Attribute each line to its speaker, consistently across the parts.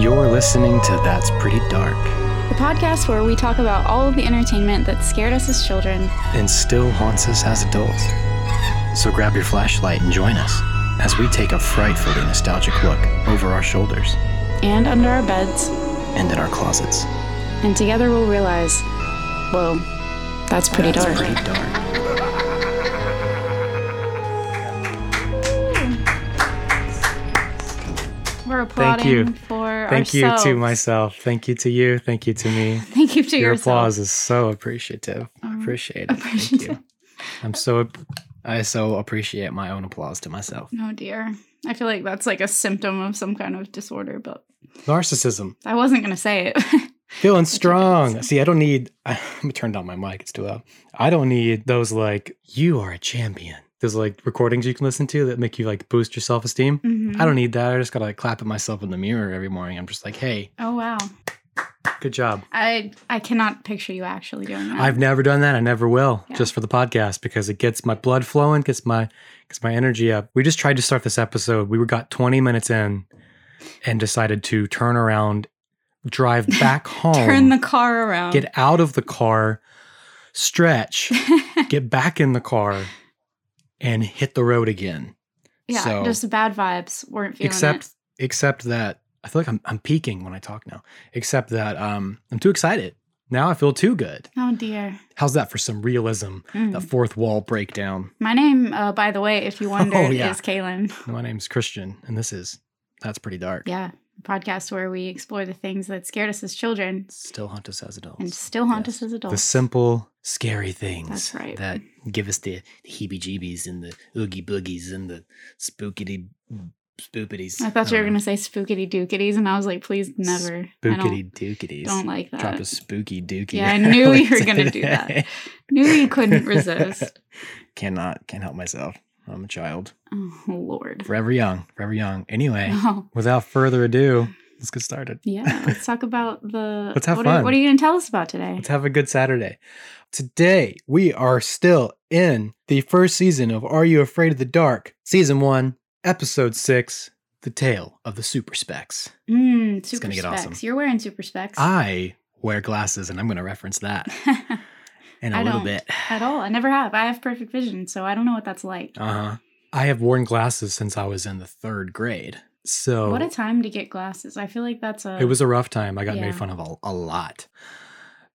Speaker 1: You're listening to That's Pretty Dark
Speaker 2: the podcast where we talk about all of the entertainment that scared us as children.
Speaker 1: and still haunts us as adults. So grab your flashlight and join us as we take a frightfully nostalgic look over our shoulders
Speaker 2: and under our beds,
Speaker 1: and in our closets.
Speaker 2: and together we'll realize, whoa, that's pretty
Speaker 1: That's
Speaker 2: dark.
Speaker 1: pretty dark.
Speaker 2: We're applauding
Speaker 3: you.
Speaker 2: for
Speaker 3: Thank
Speaker 2: ourselves.
Speaker 3: you to myself. Thank you to you. Thank you to me.
Speaker 2: Thank you to
Speaker 3: Your
Speaker 2: yourself. Um,
Speaker 3: applause is so appreciative. Appreciate it.
Speaker 2: appreciative.
Speaker 3: Thank you. I'm so I so appreciate my own applause to myself.
Speaker 2: Oh dear. I feel like that's like a symptom of some kind of disorder, but
Speaker 3: Narcissism.
Speaker 2: I wasn't going to say it.
Speaker 3: Feeling strong. See, I don't need I turned on my mic. It's too loud. I don't need those like you are a champion. Those like recordings you can listen to that make you like boost your self-esteem.
Speaker 2: Mhm.
Speaker 3: I don't need that. I just gotta like, clap at myself in the mirror every morning. I'm just like, hey,
Speaker 2: Oh wow.
Speaker 3: good job.
Speaker 2: I I cannot picture you actually doing that.
Speaker 3: I've never done that. I never will,
Speaker 2: Yeah.
Speaker 3: just for the podcast, because it gets my blood flowing, gets my gets my energy up. We just tried to start this episode. We were got 20 minutes in, and decided to turn around, drive back home,
Speaker 2: Turn the car around.
Speaker 3: get out of the car, stretch, get back in the car, and hit the road again.
Speaker 2: yeah,
Speaker 3: so-
Speaker 2: just bad vibes. Weren't feeling
Speaker 3: Except
Speaker 2: it.
Speaker 3: except that I feel like I'm I'm peaking when I talk now. Except that um, I'm too excited. Now I feel too good.
Speaker 2: Oh dear.
Speaker 3: How's that for some realism?
Speaker 2: Mm.
Speaker 3: The fourth wall breakdown.
Speaker 2: My name, uh, by the way, if you wondered,
Speaker 3: Oh, yeah.
Speaker 2: is Kaylin.
Speaker 3: My name's Christian, and this is That's Pretty Dark.
Speaker 2: Yeah, a podcast where we explore the things that scared us as children
Speaker 3: Still haunt us as adults.
Speaker 2: and still haunt
Speaker 3: Yes.
Speaker 2: us as adults.
Speaker 3: The simple, scary things
Speaker 2: That's right.
Speaker 3: that give us the heebie jeebies and the oogie boogies and the spookity spoopities. Um,
Speaker 2: I thought you
Speaker 3: uh,
Speaker 2: were going to say spookity dookities, and I was like, please never. I don't,
Speaker 3: spookity dookities.
Speaker 2: don't like that.
Speaker 3: Drop a spooky dookie.
Speaker 2: Yeah, I knew you were gonna
Speaker 3: to
Speaker 2: do that. Knew you couldn't resist.
Speaker 3: Cannot, can't help myself. I'm a child.
Speaker 2: oh, Lord.
Speaker 3: Forever young, forever young. Anyway,
Speaker 2: Oh,
Speaker 3: without further ado, let's get started.
Speaker 2: yeah. Let's talk about the.
Speaker 3: Let's have
Speaker 2: what Are,
Speaker 3: fun.
Speaker 2: what are you going to tell us about today?
Speaker 3: Let's have a good Saturday. Today, we are still in the first season of Are You Afraid of the Dark? Season 1, Episode 6, The Tale of the Super Specs.
Speaker 2: Mm, super
Speaker 3: gonna get
Speaker 2: specs.
Speaker 3: awesome.
Speaker 2: You're wearing super specs.
Speaker 3: I wear glasses and I'm going to reference that Ah. in a
Speaker 2: I
Speaker 3: little
Speaker 2: don't.
Speaker 3: bit.
Speaker 2: At all. I never have. I have perfect vision, so I don't know what that's like.
Speaker 3: Uh huh. I have worn glasses since I was in the third grade. So
Speaker 2: What a time to get glasses. I feel like that's a.
Speaker 3: it was a rough time. I got
Speaker 2: Yeah.
Speaker 3: made fun of a, a lot.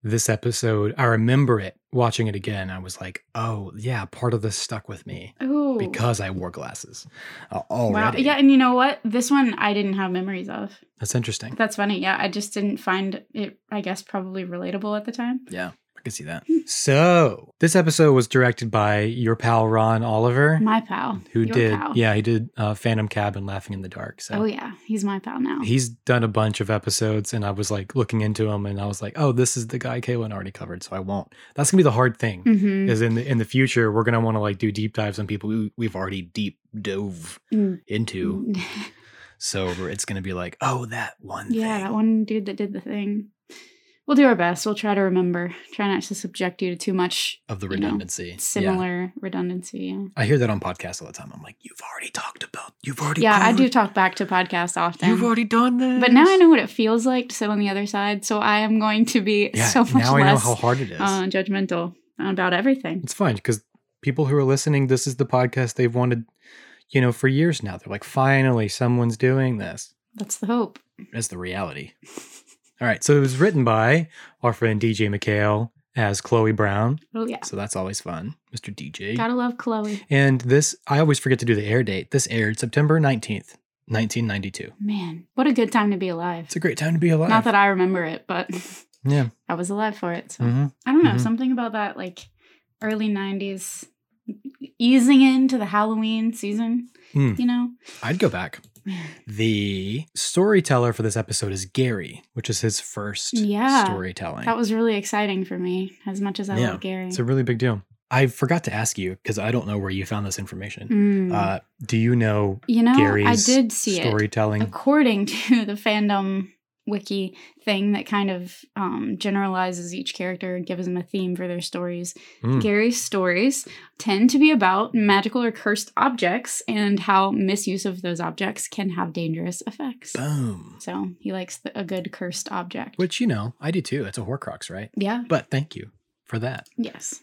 Speaker 3: This episode, I remember it watching it again. I was like, oh, yeah, part of this stuck with me.
Speaker 2: Ooh.
Speaker 3: because I wore glasses uh,
Speaker 2: Wow.
Speaker 3: already.
Speaker 2: Yeah, and you know what? This one I didn't have memories of.
Speaker 3: That's interesting.
Speaker 2: That's funny. Yeah, I just didn't find it, I guess, probably relatable at the time.
Speaker 3: Yeah, I can see that.
Speaker 2: Hmm.
Speaker 3: So, this episode was directed by your pal Ron Oliver,
Speaker 2: My pal.
Speaker 3: who
Speaker 2: Your
Speaker 3: did,
Speaker 2: pal.
Speaker 3: yeah, he did uh, Phantom Cab and Laughing in the Dark. So,
Speaker 2: Oh, yeah. He's my pal now.
Speaker 3: he's done a bunch of episodes, and I was like looking into him, and I was like, oh, this is the guy Kaylin already covered, so I won't. That's gonna be the hard thing.
Speaker 2: mm-hmm.
Speaker 3: Is in the in the future we're gonna want to like do deep dives on people who we've already deep dove
Speaker 2: Mm.
Speaker 3: into, so we're- it's gonna be like, oh, that one.
Speaker 2: yeah,
Speaker 3: thing.
Speaker 2: that one dude that did the thing. We'll do our best. We'll try to remember. Try not to subject you to too much
Speaker 3: of the
Speaker 2: you know,
Speaker 3: redundancy. Yeah.
Speaker 2: similar redundancy. Yeah,
Speaker 3: I hear that on podcasts all the time. I'm like, you've already talked about, you've already,
Speaker 2: yeah I
Speaker 3: covered-
Speaker 2: do talk back to podcasts often.
Speaker 3: you've already done this.
Speaker 2: but now I know what it feels like to sit on the other side, so I am going to be
Speaker 3: Yeah,
Speaker 2: so much
Speaker 3: now I know
Speaker 2: less
Speaker 3: how hard it is.
Speaker 2: uh, judgmental about everything.
Speaker 3: it's fine because people who are listening, this is the podcast they've wanted, you know, for years now. They're like, finally, someone's doing this.
Speaker 2: That's the hope.
Speaker 3: That's the reality. all right, so it was written by our friend DJ McHale as Chloe Brown,
Speaker 2: Oh yeah,
Speaker 3: so that's always fun, Mr. DJ.
Speaker 2: gotta love Chloe.
Speaker 3: and this, I always forget to do the air date. This aired September nineteenth, nineteen ninety-two.
Speaker 2: Man, what a good time to be alive.
Speaker 3: It's a great time to be alive.
Speaker 2: Not that I remember it, but
Speaker 3: yeah.
Speaker 2: I was alive for it. So
Speaker 3: hmm
Speaker 2: I don't know
Speaker 3: Mhm.
Speaker 2: something about that like early '90s easing into the Halloween season.
Speaker 3: Mm.
Speaker 2: You know,
Speaker 3: I'd go back. The storyteller for this episode is Gary, which is his first
Speaker 2: Yeah,
Speaker 3: storytelling.
Speaker 2: that was really exciting for me. As much as I
Speaker 3: Yeah,
Speaker 2: love Gary.
Speaker 3: it's a really big deal. I forgot to ask you because I don't know where you found this information.
Speaker 2: Mm.
Speaker 3: Uh, do you know
Speaker 2: you know, I
Speaker 3: Gary's
Speaker 2: did see it.
Speaker 3: storytelling?
Speaker 2: according to the fandom wiki thing that kind of um, generalizes each character and gives them a theme for their stories.
Speaker 4: Mm.
Speaker 2: Gary's stories tend to be about magical or cursed objects and how misuse of those objects can have dangerous effects.
Speaker 3: Boom.
Speaker 2: So he likes the, a good cursed object.
Speaker 4: Which, you know, I do too. It's a Horcrux, right?
Speaker 2: yeah.
Speaker 3: But thank you for that.
Speaker 2: Yes.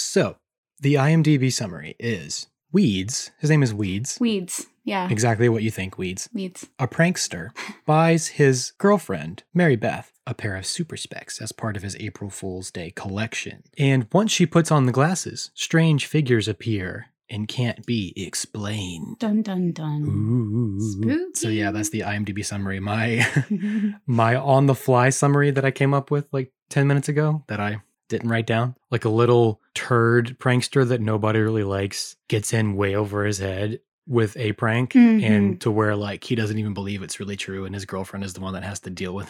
Speaker 3: So, the IMDb summary is Weeds, his name is Weeds,
Speaker 2: Weeds. Yeah.
Speaker 3: exactly what you think, Weeds.
Speaker 2: Weeds.
Speaker 3: A prankster buys his girlfriend, Mary Beth, a pair of super specs as part of his April Fool's Day collection.
Speaker 4: And once she puts on the glasses, strange figures appear.
Speaker 3: and can't be explained.
Speaker 2: Dun dun dun.
Speaker 4: Ooh.
Speaker 2: Spooky.
Speaker 3: So yeah, that's the IMDb summary. My
Speaker 4: My on the fly summary that I came up with like 10 minutes ago that I didn't write down. Like a little turd prankster that nobody really likes gets in way over his head with a prank
Speaker 2: Mhm.
Speaker 4: and
Speaker 3: to where like he doesn't even believe it's really true, and his girlfriend is the one that has to deal with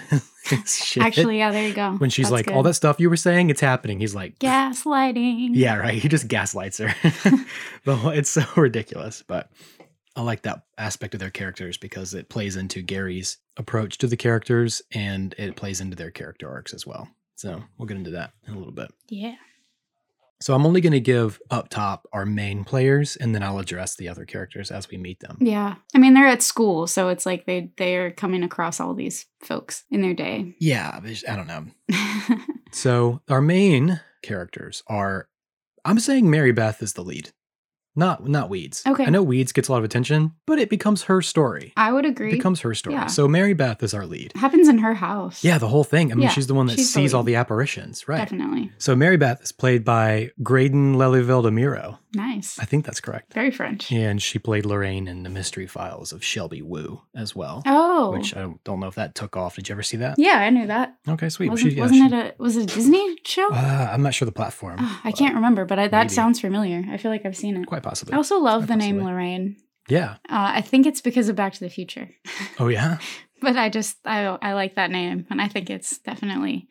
Speaker 3: his shit.
Speaker 2: Actually, yeah, there you go.
Speaker 4: when she's
Speaker 2: That's
Speaker 4: like all
Speaker 2: good.
Speaker 4: that stuff you were saying it's happening he's like
Speaker 2: gaslighting.
Speaker 3: yeah, right. He just gaslights her. the whole, it's so ridiculous, but I like that aspect of their characters because it plays into Gary's approach to the characters and it plays into their character arcs as well. So we'll get into that in a little bit.
Speaker 2: Yeah.
Speaker 3: So I'm only going to give up top our main players, and then I'll address the other characters as we meet them.
Speaker 2: Yeah. I mean, they're at school, so it's like they they are coming across all these folks in their day.
Speaker 3: Yeah, but I don't know.
Speaker 4: so
Speaker 3: Our main characters are. I'm saying Mary Beth is the lead, not not Weeds.
Speaker 2: Okay.
Speaker 4: i know weeds gets a lot of attention but it becomes her story
Speaker 2: I would
Speaker 3: It
Speaker 2: agree.
Speaker 3: becomes her story.
Speaker 2: Yeah.
Speaker 3: So Mary Beth is our lead.
Speaker 2: Happens in her house.
Speaker 4: yeah the whole thing i mean
Speaker 2: Yeah,
Speaker 4: she's the one that
Speaker 2: she's the
Speaker 4: sees all
Speaker 2: lead.
Speaker 4: the apparitions right
Speaker 2: Definitely.
Speaker 4: so mary beth is played by graydon lelyville de miro
Speaker 2: Nice.
Speaker 3: I think that's correct.
Speaker 2: Very French.
Speaker 3: And she played Lorraine in the Mystery Files of Shelby Woo as well,
Speaker 2: Oh.
Speaker 3: which uh, I don't know if that took off. Did you ever see that?
Speaker 2: yeah, I knew that.
Speaker 3: Okay, sweet.
Speaker 2: wasn't
Speaker 3: She- yeah,
Speaker 2: wasn't
Speaker 3: she-
Speaker 2: it a was it a Disney show?
Speaker 3: Uh, I'm not sure the platform.
Speaker 2: Ah, I
Speaker 3: but
Speaker 2: can't remember, but I, that
Speaker 3: maybe.
Speaker 2: sounds familiar. I feel like I've seen it.
Speaker 3: Quite possibly.
Speaker 2: I also love
Speaker 3: quite
Speaker 2: the name
Speaker 3: possibly.
Speaker 2: Lorraine.
Speaker 3: Yeah.
Speaker 2: Uh, I think it's because of Back to the Future,
Speaker 3: Oh yeah.
Speaker 2: but I just I I like that name, and I think it's definitely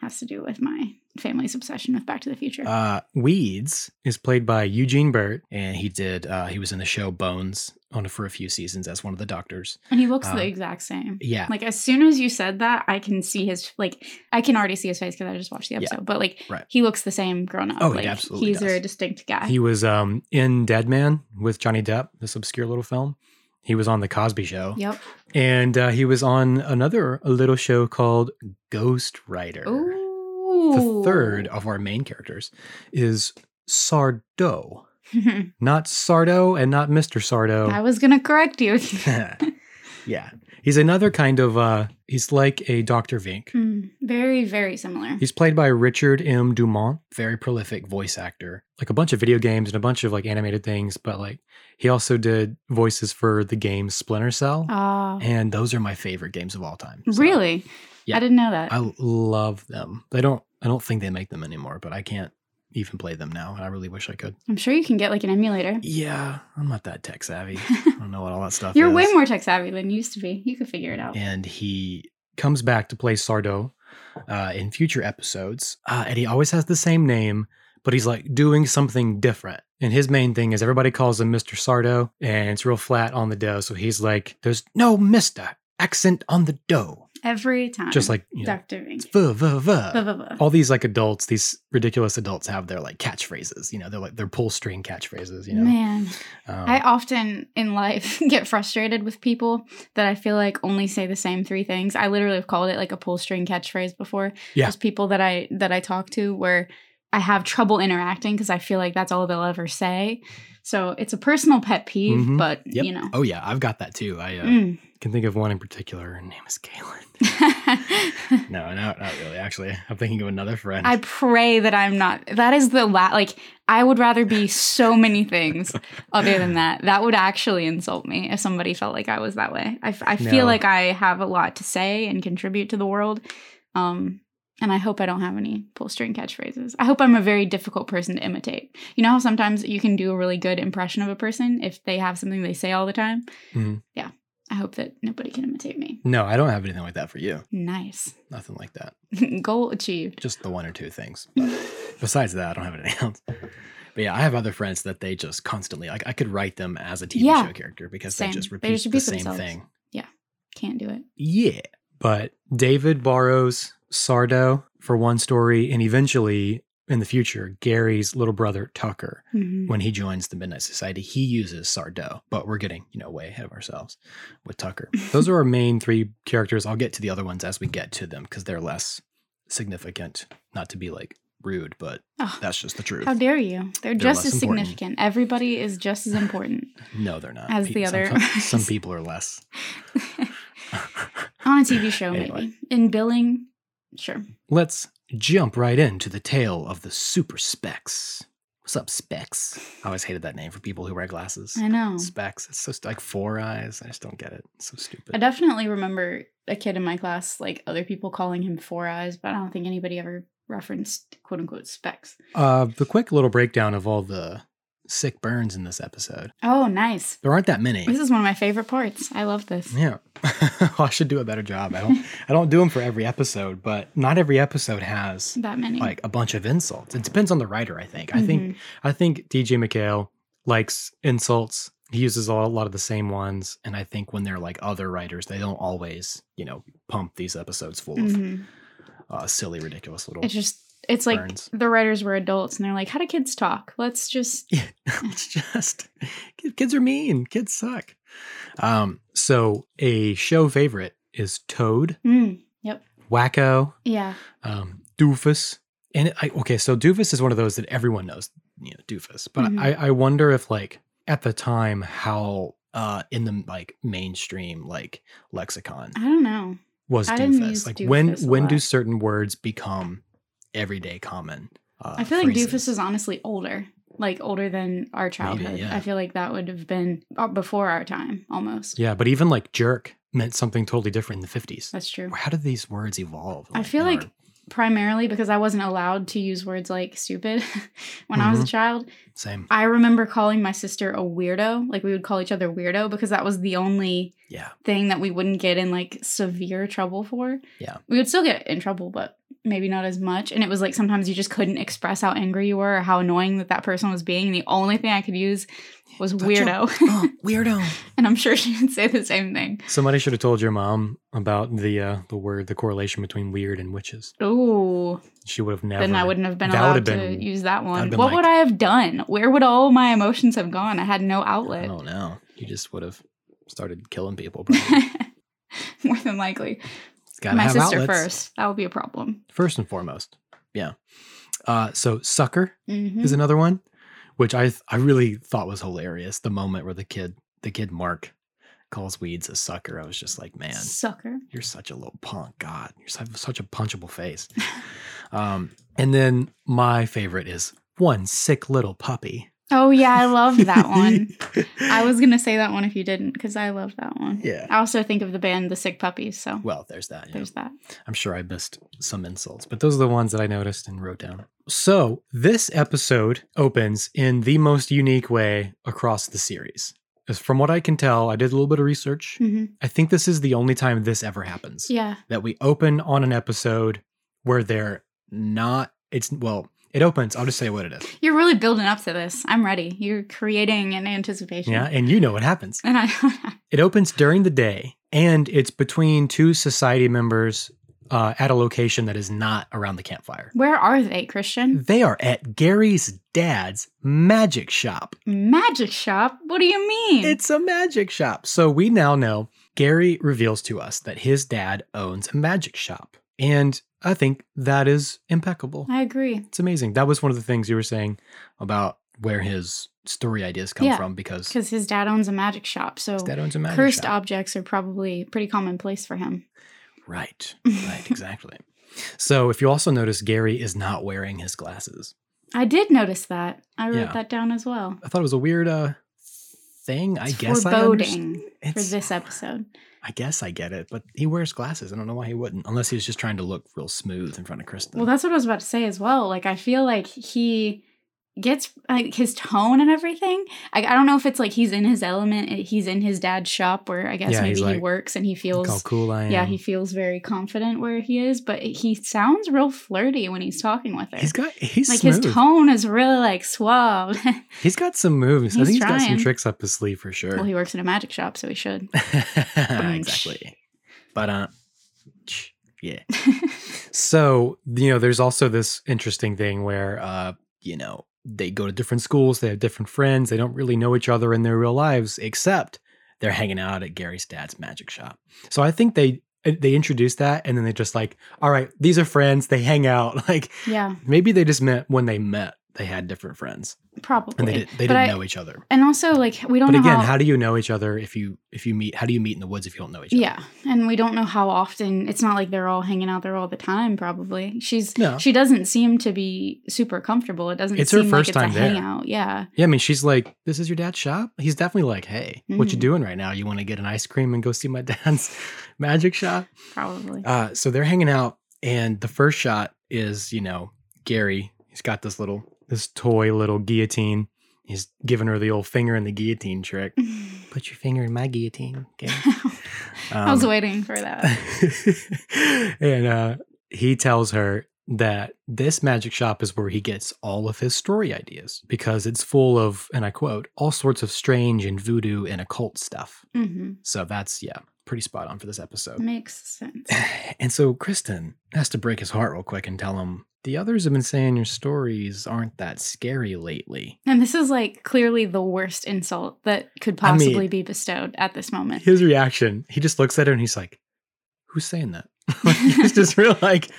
Speaker 2: has to do with my family's obsession with Back to the Future.
Speaker 3: Uh,
Speaker 4: weeds is played by eugene burt
Speaker 3: and he did. Uh, he was in the show Bones on for a few seasons as one of the doctors.
Speaker 2: and he looks
Speaker 3: uh,
Speaker 2: the exact same.
Speaker 3: Yeah.
Speaker 2: Like as soon as you said that, I can see his like I can already see his face because I just watched the
Speaker 3: Yeah.
Speaker 2: episode. But like
Speaker 3: Right.
Speaker 2: he looks the same grown up.
Speaker 3: Oh, he
Speaker 2: like,
Speaker 3: absolutely
Speaker 2: He's a
Speaker 3: does.
Speaker 2: very distinct guy.
Speaker 4: he was um, in dead man with johnny depp this obscure little film he was on the cosby show
Speaker 2: yep.
Speaker 4: and uh, he was on another a little show called
Speaker 3: Ghost Rider.
Speaker 2: Ooh.
Speaker 3: The third of our main characters is Sardo,
Speaker 4: not sardo and not mr
Speaker 3: oh.
Speaker 4: sardo
Speaker 2: I was gonna correct you.
Speaker 3: yeah.
Speaker 4: He's another kind of uh he's like a Dr. Vink.
Speaker 2: Mm, very, very similar.
Speaker 4: He's played by Richard M. Dumont,
Speaker 3: Very prolific voice actor.
Speaker 4: like a bunch of video games and a bunch of like animated things, but like he also did voices for the game Splinter Cell.
Speaker 2: Ah,
Speaker 3: And those are my favorite games of all time. So
Speaker 2: really?
Speaker 3: yeah.
Speaker 2: I didn't know that.
Speaker 3: I love them. They don't I don't think they make them anymore, but I can't even play them now, and I really wish I could.
Speaker 2: I'm sure you can get like an emulator.
Speaker 3: Yeah, I'm not that tech savvy. I don't know what all that stuff
Speaker 2: You're
Speaker 3: is.
Speaker 2: way more tech savvy than you used to be. You could figure it out.
Speaker 3: and he comes back to play Sardo uh, in future episodes.
Speaker 4: Uh, and he always has the same name, but he's like doing something different. And his main thing is everybody calls him Mr. Sardo, and it's real flat on the dough. So he's like, there's no Mr. accent on the dough.
Speaker 2: Every time.
Speaker 4: Just like, you know,
Speaker 2: Dr. Vink.
Speaker 4: it's vuh, vuh,
Speaker 3: uh,
Speaker 4: vuh.
Speaker 2: Buh, buh, buh.
Speaker 4: All these like adults, these
Speaker 3: Ridiculous adults have their like catchphrases, you know, they're like their pull string catchphrases, you know.
Speaker 2: Man,
Speaker 3: Um,
Speaker 2: I often in life get frustrated with people that I feel like only say the same three things. I literally have called it like a pull string catchphrase before.
Speaker 4: Yeah.
Speaker 2: Just people that I that I talk to where I have trouble interacting because I feel like that's all they'll ever say. So it's a personal pet peeve,
Speaker 4: Mhm.
Speaker 2: but
Speaker 3: Yep.
Speaker 2: you know.
Speaker 3: Oh yeah, I've got that too. I uh,
Speaker 2: Mm.
Speaker 4: can think of one in particular. Her name is Kaylin.
Speaker 2: Mm.
Speaker 3: no, no, not really. Actually, I'm thinking of another friend.
Speaker 2: I pray that I'm not. That is the la- like I would rather be so many things other than that. That would actually insult me if somebody felt like I was that way. I, f- I
Speaker 4: No.
Speaker 2: feel like I have a lot to say and contribute to the world, um, and I hope I don't have any pull string catchphrases. I hope I'm a very difficult person to imitate. You know how sometimes you can do a really good impression of a person if they have something they say all the time.
Speaker 4: Mhm.
Speaker 2: Yeah, I hope that nobody can imitate me.
Speaker 3: no, I don't have anything like that for you.
Speaker 2: Nice
Speaker 3: Nothing like that.
Speaker 2: goal achieved.
Speaker 3: Just the one or two things. But besides that, I don't have anything else. But yeah, I have other friends that they just constantly like. I could write them as a TV
Speaker 2: Yeah.
Speaker 3: show character because
Speaker 2: Same.
Speaker 3: they just
Speaker 2: They
Speaker 3: repeat
Speaker 2: just
Speaker 3: the
Speaker 2: repeat
Speaker 3: same
Speaker 2: themselves.
Speaker 3: thing.
Speaker 2: Can't do it.
Speaker 3: Yeah,
Speaker 4: But David borrows Sardo for one story, and eventually, in the future, Gary's little brother Tucker,
Speaker 2: Mhm.
Speaker 3: when he joins the Midnight Society, he uses Sardo. But we're getting you know way ahead of ourselves with Tucker. Those are our main three characters. I'll get to the other ones as we get to them because they're less significant. Not to be like rude, but
Speaker 2: Ugh,
Speaker 3: that's just the truth.
Speaker 2: how dare you? They're, just
Speaker 3: less
Speaker 2: as
Speaker 3: important.
Speaker 2: significant. Everybody is just as important.
Speaker 3: no, they're not.
Speaker 2: As the
Speaker 3: Pe-
Speaker 2: other-
Speaker 3: some- some people are less.
Speaker 2: On a TV show,
Speaker 3: Anyway.
Speaker 2: maybe. In billing, sure.
Speaker 3: Let's jump right into the tale of the super specs. What's up, specs? I always hated that name for people who wear glasses.
Speaker 2: I know.
Speaker 3: Specs. It's so st- like four eyes. I just don't get it. It's so stupid.
Speaker 2: I definitely remember a kid in my class, like other people calling him Four Eyes, but I don't think anybody ever referenced quote unquote specs.
Speaker 3: Uh, the quick little breakdown of all the sick burns in this episode.
Speaker 2: Oh, nice.
Speaker 3: There aren't that many.
Speaker 2: This is one of my favorite parts. I love this.
Speaker 3: Yeah, I should do a better job. I don't. I don't do them for every episode, but not every episode has
Speaker 2: That many.
Speaker 3: like a bunch of insults. It depends on the writer. I think. I think.
Speaker 2: Mhm.
Speaker 4: I think DJ McHale likes insults. He uses a lot of the same ones.
Speaker 3: And I think when they're like other writers, they don't always, you know, pump these episodes full of
Speaker 2: Mhm.
Speaker 3: uh, silly, ridiculous little.
Speaker 2: It's just, it's like
Speaker 3: Burns.
Speaker 2: the writers were adults and they're like, how do kids talk? Let's just.
Speaker 3: Yeah, it's just kid- kids are mean. Kids suck. Um,
Speaker 4: So a show favorite is Toad,
Speaker 2: Mm,
Speaker 4: Wacko,
Speaker 2: yeah.
Speaker 4: um,
Speaker 3: doofus. And I, okay, so doofus is one of those that everyone knows, you know, doofus. But
Speaker 2: Mhm.
Speaker 3: I, I wonder if like at the time how uh in the like mainstream like lexicon
Speaker 2: I don't know.
Speaker 3: was
Speaker 2: I
Speaker 3: doofus.
Speaker 2: didn't use
Speaker 3: like when
Speaker 2: doofus a
Speaker 3: when do
Speaker 2: lot.
Speaker 3: certain words become everyday common? Uh,
Speaker 2: I feel like Doofus
Speaker 3: phrases?
Speaker 2: is honestly older, like older than our childhood.
Speaker 3: yeah.
Speaker 2: I feel like that would have been uh, before our time almost.
Speaker 4: Yeah, but even like jerk meant something totally different in the 50s.
Speaker 2: That's true.
Speaker 3: how did these words evolve?
Speaker 2: I feel
Speaker 3: in
Speaker 2: like primarily because I wasn't allowed to use words like stupid when I was
Speaker 3: Mm-hmm.
Speaker 2: a child.
Speaker 3: our- same.
Speaker 2: I remember calling my sister a weirdo. Like we would call each other weirdo because that was the only
Speaker 3: Yeah.
Speaker 2: thing that we wouldn't get in like severe trouble for.
Speaker 3: Yeah.
Speaker 2: We would still get in trouble, but maybe not as much. And it was like sometimes you just couldn't express how angry you were or how annoying that that person was being. And the only thing I could use was
Speaker 3: Don't you-
Speaker 2: weirdo.
Speaker 3: oh, weirdo.
Speaker 2: and I'm sure she would say the same thing.
Speaker 4: Somebody should have told your mom about the uh, the word, the correlation between weird and witches.
Speaker 2: Ooh.
Speaker 4: She would have never.
Speaker 2: Then I wouldn't have been
Speaker 4: that
Speaker 2: allowed
Speaker 4: would have
Speaker 2: to
Speaker 4: been-
Speaker 2: use that one.
Speaker 3: have
Speaker 2: What
Speaker 3: been like-
Speaker 2: would I have done? Where would all my emotions have gone? I had no
Speaker 3: I
Speaker 2: outlet.
Speaker 3: don't know. You just would have started killing people. Probably.
Speaker 2: More than likely.
Speaker 3: It's gotta
Speaker 2: my
Speaker 3: have
Speaker 2: sister
Speaker 3: outlets.
Speaker 2: first. That would be a problem.
Speaker 3: first and foremost. Yeah. Uh, so sucker
Speaker 2: Mhm.
Speaker 3: is another one, which I th- I really thought was hilarious. The moment where the kid the kid Mark calls weeds a sucker, I was just like, man,
Speaker 2: Sucker.
Speaker 3: you're such a little punk. God, you're su- such a punchable face. Um, and then my favorite is one sick little puppy.
Speaker 2: Oh, yeah. I love that one. I was gonna say that one if you didn't, because I love that one.
Speaker 3: yeah.
Speaker 2: I also think of the band The Sick Puppies, so
Speaker 3: Well, there's that. yeah.
Speaker 2: there's that.
Speaker 3: I'm sure I missed some insults, but
Speaker 4: But those are the ones that I noticed and wrote down. So this episode opens in the most unique way across the series. As from what I can tell, I did a little bit of research.
Speaker 2: Mhm.
Speaker 4: I think this is the only time this ever happens.
Speaker 2: Yeah,
Speaker 4: That we open on an episode where they're
Speaker 3: not. It's well, it opens. I'll just say what it is.
Speaker 2: you're really building up to this. I'm ready. You're creating an anticipation.
Speaker 4: yeah, and you know what happens.
Speaker 2: and I
Speaker 4: It opens during the day, and it's between two society members uh, at a location that is not around the campfire.
Speaker 2: where are they, Christian?
Speaker 4: They are at Gary's dad's magic shop.
Speaker 2: Magic shop. What do you mean?
Speaker 4: It's a magic shop. So we now know Gary reveals to us that his dad owns a magic shop. And I think that is impeccable.
Speaker 2: I agree.
Speaker 4: It's amazing. That was one of the things you were saying.
Speaker 3: about where his story ideas come
Speaker 2: Yeah,
Speaker 3: from because
Speaker 2: Because his dad owns a magic shop, so
Speaker 3: his dad owns a magic
Speaker 2: cursed
Speaker 3: shop.
Speaker 2: objects are probably pretty commonplace for him.
Speaker 3: Right, right, exactly. So if you also notice, Gary is not wearing his glasses.
Speaker 2: I did notice that. I wrote
Speaker 3: Yeah.
Speaker 2: that down as well.
Speaker 3: I thought it was a weird uh, thing. I
Speaker 2: It's
Speaker 3: guess I underst-
Speaker 2: foreboding for
Speaker 3: it's-
Speaker 2: this episode.
Speaker 3: I guess I get it, but he wears glasses. I don't know why he wouldn't, unless he was just trying to look real smooth in front of Kristen.
Speaker 2: Well, that's what I was about to say as well. Like, I feel like he gets like his tone and everything. I, I don't know if it's like he's in his element. eh, He's in his dad's shop, where I guess
Speaker 4: Yeah,
Speaker 2: maybe
Speaker 4: he's
Speaker 2: he
Speaker 4: like,
Speaker 2: works and he
Speaker 4: Look how
Speaker 2: feels.
Speaker 4: cool I am.
Speaker 2: Yeah, he feels very confident where he is, but he sounds real flirty when he's talking with her.
Speaker 4: he's got he's
Speaker 2: like
Speaker 4: smooth.
Speaker 2: his tone is really like suave.
Speaker 4: He's got some moves. I think
Speaker 2: He's
Speaker 4: he's got
Speaker 2: trying.
Speaker 4: some tricks up his sleeve for sure.
Speaker 3: Ah,
Speaker 2: well, he works in a magic shop, so he should.
Speaker 3: exactly. But uh, Bitch. Yeah. so, you know, there's also this interesting thing where, uh, you know, they go to different schools, they have different friends, they don't really know each other in their real lives, except they're hanging out at Gary's dad's magic shop. So I think they uh, they introduced that and then they just like, all right, these are friends, they hang out. Like
Speaker 2: yeah,
Speaker 3: maybe they just met when they met, they had different friends
Speaker 2: probably.
Speaker 3: and they did, they
Speaker 2: But
Speaker 3: didn't
Speaker 2: I-
Speaker 3: know each other.
Speaker 2: And also, like, we don't
Speaker 3: But
Speaker 2: know
Speaker 3: again,
Speaker 2: how,
Speaker 3: how do you know each other if you if you meet how do you meet in the woods if you don't know each other?
Speaker 2: Yeah, and we don't know how often. It's not like they're all hanging out there all the time. Probably she's
Speaker 3: No.
Speaker 2: she doesn't seem to be super comfortable. It doesn't.
Speaker 3: It's her
Speaker 2: seem
Speaker 3: first
Speaker 2: like
Speaker 3: time
Speaker 2: it's a
Speaker 3: there.
Speaker 2: hangout. Yeah,
Speaker 3: Yeah, I mean, she's like, "This is your dad's shop." He's definitely like, "Hey, what you
Speaker 2: Mhm.
Speaker 3: doing right now? You want to get an ice cream and go see my dad's magic shop?"
Speaker 2: probably.
Speaker 3: Uh, so they're hanging out, and the first shot is, you know, Gary. He's got this little, this toy little guillotine. He's giving her the old finger in the guillotine trick. Put your finger in my guillotine. Okay.
Speaker 2: I was
Speaker 3: Um,
Speaker 2: waiting for that.
Speaker 3: and uh, he tells her that this magic shop is where he gets all of his story ideas because it's full of, and I quote, all sorts of strange and voodoo and occult stuff.
Speaker 2: hmm
Speaker 3: So that's, yeah, pretty spot on for this episode.
Speaker 2: Makes sense.
Speaker 3: And so Kristen has to break his heart real quick and tell him, the others have been saying your stories aren't that scary lately.
Speaker 2: And this is like clearly the worst insult that could
Speaker 3: I mean-
Speaker 2: possibly be bestowed at this moment.
Speaker 3: His reaction, he just looks at her and he's like, who's saying that? like, he's just real like,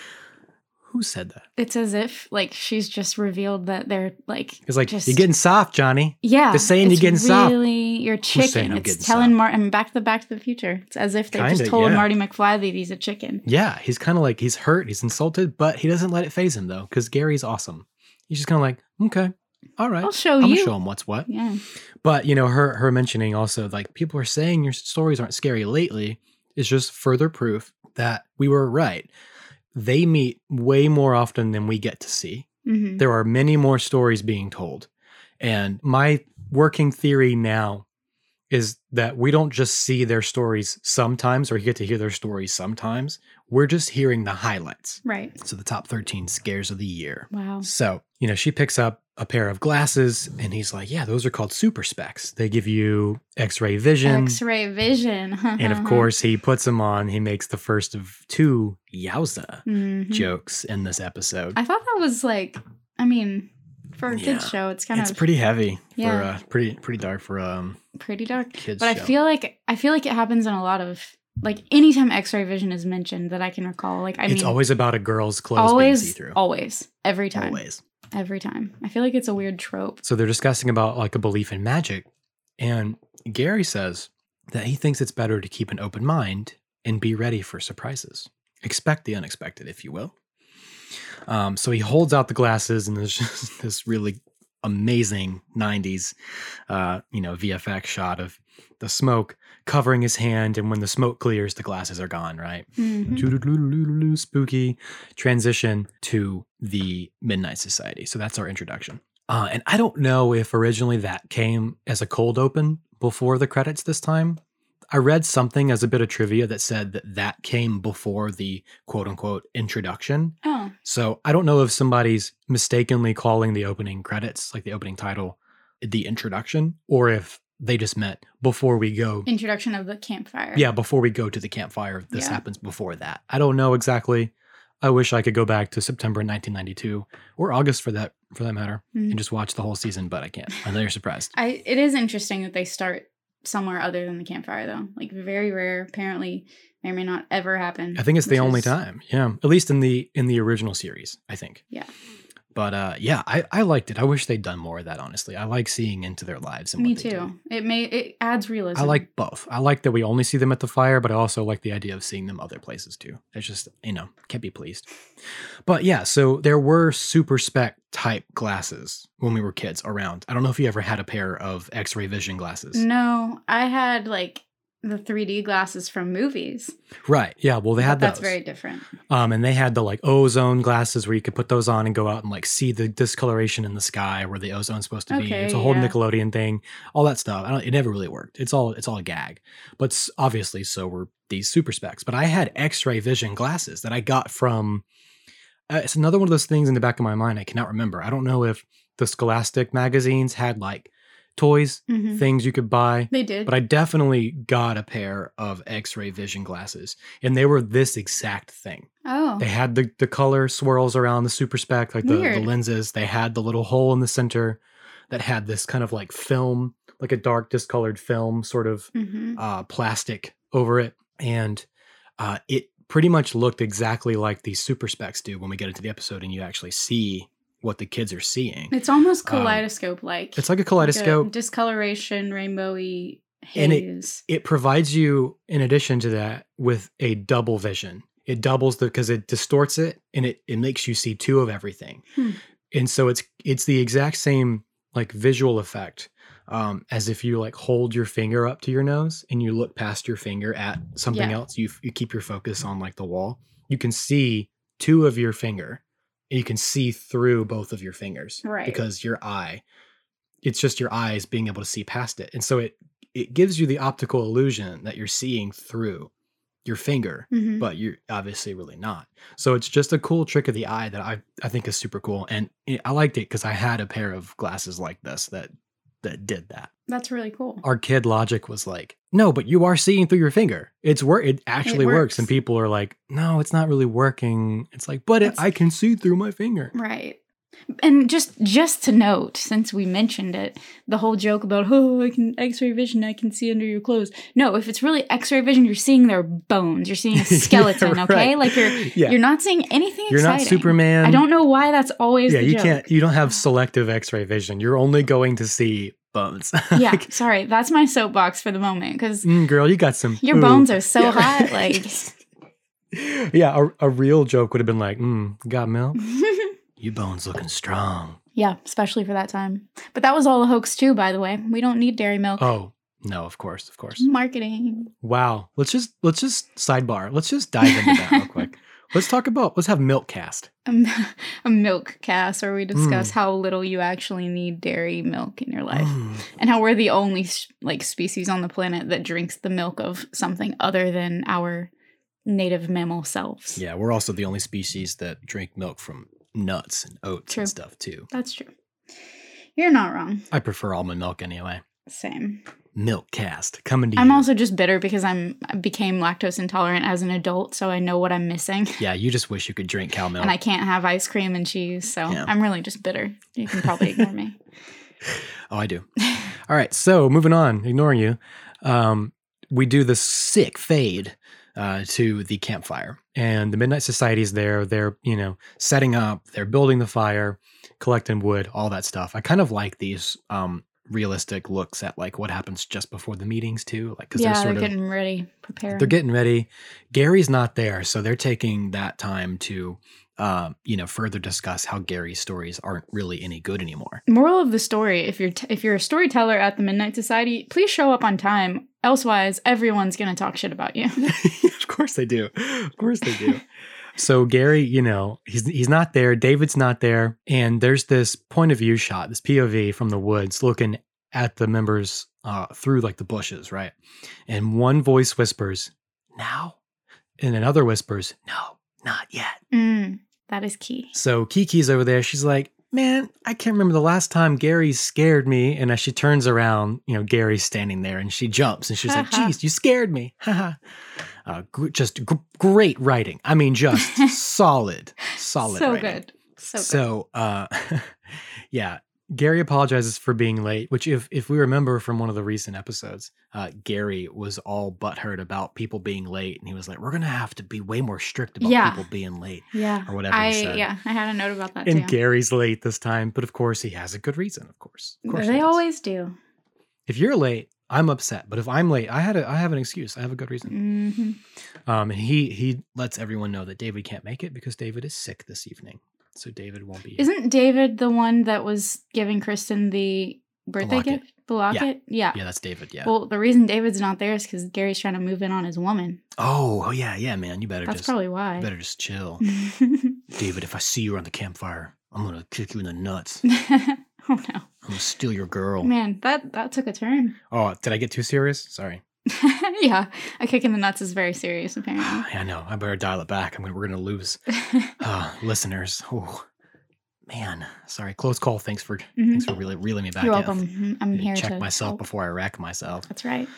Speaker 3: who said that?
Speaker 2: It's as if like she's just revealed that they're like
Speaker 3: It's like,
Speaker 2: Just-
Speaker 3: you're getting soft, Johnny.
Speaker 2: yeah.
Speaker 3: They're saying you're
Speaker 2: it's
Speaker 3: getting soft.
Speaker 2: really you're
Speaker 3: saying
Speaker 2: chicken.
Speaker 3: I'm
Speaker 2: It's
Speaker 3: getting
Speaker 2: telling
Speaker 3: soft.
Speaker 2: Martin back to Back to the Future. It's as if they
Speaker 3: Kinda,
Speaker 2: just told
Speaker 3: yeah.
Speaker 2: Marty McFly that he's a chicken.
Speaker 3: Yeah, he's kind of like he's hurt, he's insulted, but he doesn't let it phase him though, because Gary's awesome. He's just kind of like, okay, all right,
Speaker 2: I'll show
Speaker 3: I'm gonna
Speaker 2: you.
Speaker 3: show him what's what.
Speaker 2: Yeah.
Speaker 3: But you know, her her mentioning also like people are saying your stories aren't scary lately is just further proof that we were right. They meet way more often than we get to see.
Speaker 2: hmm
Speaker 3: There are many more stories being told, and my working theory now is that we don't just see their stories sometimes or get to hear their stories sometimes. We're just hearing the highlights.
Speaker 2: Right.
Speaker 3: So the top 13 scares of the year.
Speaker 2: Wow.
Speaker 3: So, you know, she picks up a pair of glasses and he's like, Yeah, those are called super specs. They give you x ray vision.
Speaker 2: X-ray Uh-huh. vision.
Speaker 3: and of course, he puts them on. He makes the first of two yowza
Speaker 2: Mhm.
Speaker 3: jokes in this episode.
Speaker 2: I thought that was like, I mean, for a
Speaker 3: Yeah.
Speaker 2: kids show, it's kind
Speaker 3: It's
Speaker 2: of
Speaker 3: pretty heavy for
Speaker 2: Yeah.
Speaker 3: uh, pretty pretty dark for um
Speaker 2: pretty dark.
Speaker 3: kids.
Speaker 2: But
Speaker 3: show.
Speaker 2: I feel like I feel like it happens in a lot of like anytime X-ray vision is mentioned that I can recall. Like I
Speaker 3: it's
Speaker 2: mean,
Speaker 3: always about a girl's clothes being see
Speaker 2: always,
Speaker 3: through.
Speaker 2: always, every time,
Speaker 3: Always.
Speaker 2: every time. I feel like it's a weird trope.
Speaker 3: So they're discussing about like a belief in magic. And Gary says that he thinks it's better to keep an open mind and be ready for surprises. Expect the unexpected, if you will. Um, so he holds out the glasses, and there's just this really amazing 90s, uh, you know, VFX shot of the smoke covering his hand. And when the smoke clears, the glasses are gone, right?
Speaker 2: Mhm.
Speaker 3: Doo-doo-doo-doo-doo-doo, spooky transition to the Midnight Society. So that's our introduction. Uh, and I don't know if originally that came as a cold open before the credits this time. I read something as a bit of trivia that said that that came before the quote unquote introduction.
Speaker 2: Oh,
Speaker 3: So I don't know if somebody's mistakenly calling the opening credits, like the opening title, the introduction, or if they just meant before we go
Speaker 2: introduction of the campfire.
Speaker 3: yeah, before we go to the campfire, this
Speaker 2: Yeah.
Speaker 3: happens before that. I don't know exactly. I wish I could go back to September 1992 or August for that for that matter
Speaker 2: Mhm.
Speaker 3: and just watch the whole season, but I can't. I know you're surprised.
Speaker 2: I it is interesting that they start somewhere other than the campfire though. Like very rare. Apparently, may or may not ever happen.
Speaker 3: I think it's the
Speaker 2: which
Speaker 3: only
Speaker 2: is-
Speaker 3: time. Yeah. At least in the in the original series, I think.
Speaker 2: Yeah.
Speaker 3: But uh yeah, I I liked it. I wish they'd done more of that honestly. I like seeing into their lives and
Speaker 2: Me
Speaker 3: what they do.
Speaker 2: too. It may it adds realism.
Speaker 3: I like both. I like that we only see them at the fire, but I also like the idea of seeing them other places too. It's just, you know, can't be pleased. But yeah, so there were super spec type glasses when we were kids around. I don't know if you ever had a pair of x ray vision glasses.
Speaker 2: Mm. No, I had like the 3D glasses from movies.
Speaker 3: Right. Yeah. Well, they
Speaker 2: but
Speaker 3: had
Speaker 2: that's
Speaker 3: those.
Speaker 2: very different.
Speaker 3: Um, and they had the like ozone glasses where you could put those on and go out and like see the discoloration in the sky where the ozone's supposed to be.
Speaker 2: Okay,
Speaker 3: It's a whole
Speaker 2: yeah.
Speaker 3: Nickelodeon thing, all that stuff. I don't, it never really worked. It's all it's all a gag. But s- obviously, so were these super specs. But I had X-ray vision glasses that I got from. Uh, it's another one of those things in the back of my mind. I cannot remember. I don't know if the Scholastic magazines had like toys,
Speaker 2: Mhm.
Speaker 3: things you could buy.
Speaker 2: They did.
Speaker 5: But I definitely got a pair of x-ray vision glasses and they were this exact thing.
Speaker 2: oh.
Speaker 3: They had the, the color swirls around the super spec, like the, the
Speaker 2: Weird.
Speaker 3: lenses. They had the little hole in the center that had this kind of like film, like a dark discolored film sort of
Speaker 2: hmm
Speaker 5: Uh
Speaker 3: plastic over it. And uh, it pretty much looked exactly like these super specs do when we get into the episode and you actually see what the kids are seeing.
Speaker 2: It's almost
Speaker 3: um,
Speaker 2: kaleidoscope like.
Speaker 3: It's like a kaleidoscope.
Speaker 2: discoloration, rainbowy
Speaker 3: And it-
Speaker 2: haze.
Speaker 3: it provides you in addition to that with a double vision it doubles the because it distorts it and it, it makes you see two of everything
Speaker 2: Hmm.
Speaker 3: and so it's it's the exact same like visual effect um, as if you like hold your finger up to your nose and you look past your finger at something
Speaker 2: Yeah.
Speaker 3: else you, f- you keep your focus on like the wall you can see two of your finger and you can see through both of your fingers
Speaker 2: Right.
Speaker 3: because your eye it's just your eyes being able to see past it and so it it gives you the optical illusion that you're seeing through your finger
Speaker 2: Mhm.
Speaker 3: but you're obviously really not so it's just a cool trick of the eye that i i think is super cool and it, i liked it because i had a pair of glasses like this that that did that
Speaker 2: That's really cool.
Speaker 3: our kid logic was like no but you are seeing through your finger it's where it actually works.
Speaker 2: works.
Speaker 3: and people are like no it's not really working it's like but it,
Speaker 2: That's-
Speaker 3: i can see through my finger
Speaker 2: Right. And just just to note, since we mentioned it, the whole joke about oh I can X-ray vision, I can see under your clothes. No, if it's really X-ray vision, you're seeing their bones, you're seeing a
Speaker 3: Yeah,
Speaker 2: Mm, skeleton. okay,
Speaker 3: right.
Speaker 2: like you're
Speaker 3: yeah
Speaker 2: you're not seeing anything.
Speaker 3: You're
Speaker 2: exciting.
Speaker 3: not Superman.
Speaker 2: I don't know why that's always.
Speaker 3: Yeah,
Speaker 2: the
Speaker 3: you
Speaker 2: joke.
Speaker 3: can't. You don't have selective X-ray vision. You're only going to see bones.
Speaker 2: Yeah,
Speaker 3: Like,
Speaker 2: sorry, that's my soapbox for the moment because
Speaker 3: mm, girl, you got some.
Speaker 2: your
Speaker 3: ooh.
Speaker 2: bones are so
Speaker 3: Yeah,
Speaker 2: hot,
Speaker 3: right.
Speaker 2: like.
Speaker 3: yeah, a, a real joke would have been like, mm, "Got milk?
Speaker 5: your bones looking strong.
Speaker 2: yeah, especially for that time. But that was all a hoax too, by the way. We don't need dairy milk.
Speaker 3: Oh, no, of course, of
Speaker 2: Mm.
Speaker 3: course.
Speaker 2: Marketing.
Speaker 3: Wow. Let's just let's just sidebar. Let's just dive into that real quick. Let's talk about. Let's have milk cast.
Speaker 2: a, a milk cast where we discuss how little you actually need dairy milk in your life
Speaker 3: Mm.
Speaker 2: and how we're the only s- like species on the planet that drinks the milk of something other than our native mammal selves.
Speaker 5: Yeah, we're also the only species that drink milk from nuts and oats
Speaker 2: True.
Speaker 5: and stuff too.
Speaker 2: That's true. You're not wrong.
Speaker 5: I prefer almond milk anyway.
Speaker 2: Same.
Speaker 5: Milk cast coming to
Speaker 2: I'm
Speaker 5: you.
Speaker 2: also just bitter because I'm I became lactose intolerant as an adult, so I know what I'm missing.
Speaker 5: yeah, you just wish you could drink cow milk.
Speaker 2: And I can't have ice cream and cheese, so
Speaker 5: Oh. Yeah.
Speaker 2: I'm really just bitter. You can probably ignore me.
Speaker 5: oh, I do.
Speaker 3: All right. So moving on, ignoring you. Um, we do the sick fade
Speaker 5: Uh, to the campfire.
Speaker 3: and the midnight society is there they're you know setting up they're building the fire collecting wood
Speaker 5: all that stuff. I kind of like these um realistic looks at like what happens just before the meetings too, like because
Speaker 2: Yeah,
Speaker 5: they're
Speaker 2: they're,
Speaker 5: sort of
Speaker 2: getting ready, preparing.
Speaker 5: they're getting ready. Gary's not there, so they're taking that time to uh, you know further discuss how Gary's stories aren't really any good anymore.
Speaker 2: moral of the story if you're t- if you're a storyteller at the midnight society please show up on time elsewise everyone's gonna talk shit about you
Speaker 5: of course they do. Of course they do.
Speaker 3: so gary you know he's he's not there david's not there and there's this point of view shot this pov from the woods looking at the members
Speaker 5: uh, through like the bushes, right?
Speaker 3: and one voice whispers now and another whispers no
Speaker 5: Not yet.
Speaker 2: mm, that is key
Speaker 3: so kiki's over there she's like man i can't remember the last time gary scared me and as she turns around you know gary's standing there and she
Speaker 5: She jumps and she's like,
Speaker 2: Haha.
Speaker 5: "Geez, you scared me!" Haha. uh, gr- just gr- great writing. I mean, just solid, solid.
Speaker 2: so
Speaker 5: writing.
Speaker 2: good so, good
Speaker 5: So, uh, yeah,
Speaker 3: Gary apologizes for being late, which if if we remember from one of the recent episodes,
Speaker 5: uh, Gary was all butthurt about people being late, and he was like, "We're gonna have to be way more strict about
Speaker 2: Yeah.
Speaker 5: people being late
Speaker 2: yeah
Speaker 5: or whatever."
Speaker 2: i
Speaker 5: he said.
Speaker 2: yeah i had a note about that
Speaker 3: and
Speaker 2: too
Speaker 3: Gary's late this time, but of course he has a good reason, of course. Of course he
Speaker 2: they
Speaker 3: does.
Speaker 2: always do
Speaker 3: If you're late, I'm upset, but if I'm late, I had a I have an excuse. I have a good reason.
Speaker 2: hmm
Speaker 3: Um and he he
Speaker 5: Let's everyone know that David can't make it because David is sick this evening, so David won't be. here.
Speaker 2: isn't david the one that was giving kristen the birthday
Speaker 5: locket.
Speaker 2: gift the locket yeah,
Speaker 5: yeah, that's David. Yeah.
Speaker 2: Well, the reason David's not there is because Gary's trying to move in on his woman.
Speaker 5: oh, oh yeah, yeah, man. You better
Speaker 2: That's
Speaker 5: just
Speaker 2: probably
Speaker 5: you
Speaker 2: why. Mm.
Speaker 5: better just chill, David. If I see you around the campfire, I'm gonna kick you in the nuts.
Speaker 2: oh no.
Speaker 5: I'm gonna steal your girl.
Speaker 2: Man, that that took a turn.
Speaker 3: Oh, did I get too serious? Sorry.
Speaker 2: yeah, a kick in the nuts is very serious, apparently.
Speaker 5: Yeah, I know. I better dial it back. I mean, we're gonna lose uh, listeners. Oh,
Speaker 3: Ah, man, sorry, close call. Thanks for
Speaker 2: Mhm.
Speaker 3: thanks for really reeling me back.
Speaker 2: You're
Speaker 3: in.
Speaker 2: welcome. Mhm. I'm
Speaker 3: Need to
Speaker 2: here
Speaker 3: Check
Speaker 2: to
Speaker 3: myself
Speaker 2: help.
Speaker 3: before I wreck myself.
Speaker 2: That's right.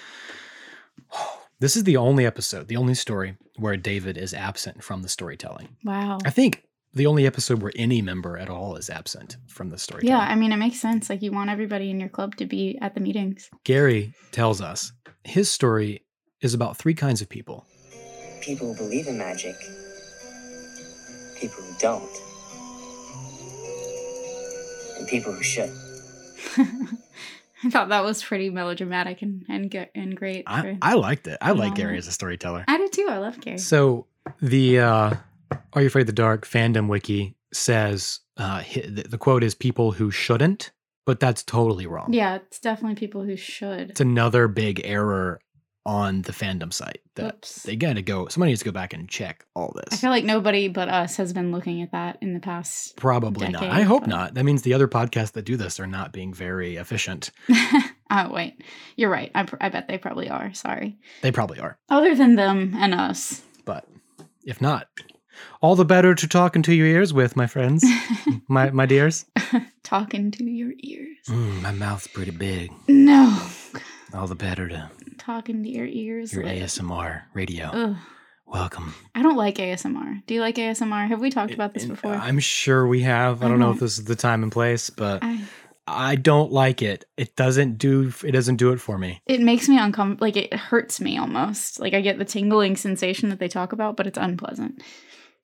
Speaker 3: This is the only episode, the only story where David is absent from the storytelling.
Speaker 2: Wow.
Speaker 3: I think the only episode where any member at all is absent from the storytelling.
Speaker 2: Yeah, I mean, it makes sense. Like, you want everybody in your club to be at the meetings.
Speaker 3: Gary tells us his story is about three kinds of people.
Speaker 6: People who believe in magic, people who don't, and people who should.
Speaker 2: I thought that was pretty melodramatic and and, ge- and great.
Speaker 3: I,
Speaker 2: for-
Speaker 3: I liked it. I like
Speaker 2: Yeah.
Speaker 3: Gary as a storyteller.
Speaker 2: I do too. I love Gary.
Speaker 3: So the uh, Are You Afraid of the Dark fandom wiki says uh, hi- the, the quote is people who shouldn't, but that's totally wrong.
Speaker 2: yeah, it's definitely people who should.
Speaker 3: It's another big error on the fandom site that
Speaker 2: Whoops.
Speaker 3: they got to go. Somebody needs to go back and check all this.
Speaker 2: I feel like nobody but us has been looking at that in the past.
Speaker 3: Probably not.
Speaker 2: decade,
Speaker 3: I hope
Speaker 2: but-
Speaker 3: not. That means the other podcasts that do this are not being very efficient.
Speaker 2: oh wait, you're right. I, pr- I bet they probably are. Sorry.
Speaker 3: They probably are,
Speaker 2: Other than them and us.
Speaker 3: but if not, all the better to talk into your ears with, my friends, my my dears.
Speaker 2: Talking to your ears.
Speaker 3: Mm, my mouth's pretty big.
Speaker 2: No.
Speaker 3: All the better to
Speaker 2: Talking to your ears.
Speaker 3: your
Speaker 2: like-
Speaker 3: ASMR radio.
Speaker 2: Ugh.
Speaker 3: Welcome.
Speaker 2: I don't like ASMR. Do you like ASMR? Have we talked about this
Speaker 3: And
Speaker 2: before?
Speaker 3: I'm sure we have. I don't know
Speaker 2: Mhm.
Speaker 3: if this is the time and place, but
Speaker 2: I-
Speaker 3: I don't like it. It doesn't do it doesn't do it for me.
Speaker 2: it makes me uncomfortable. Like it hurts me almost. Like I get the tingling sensation that they talk about, but it's unpleasant.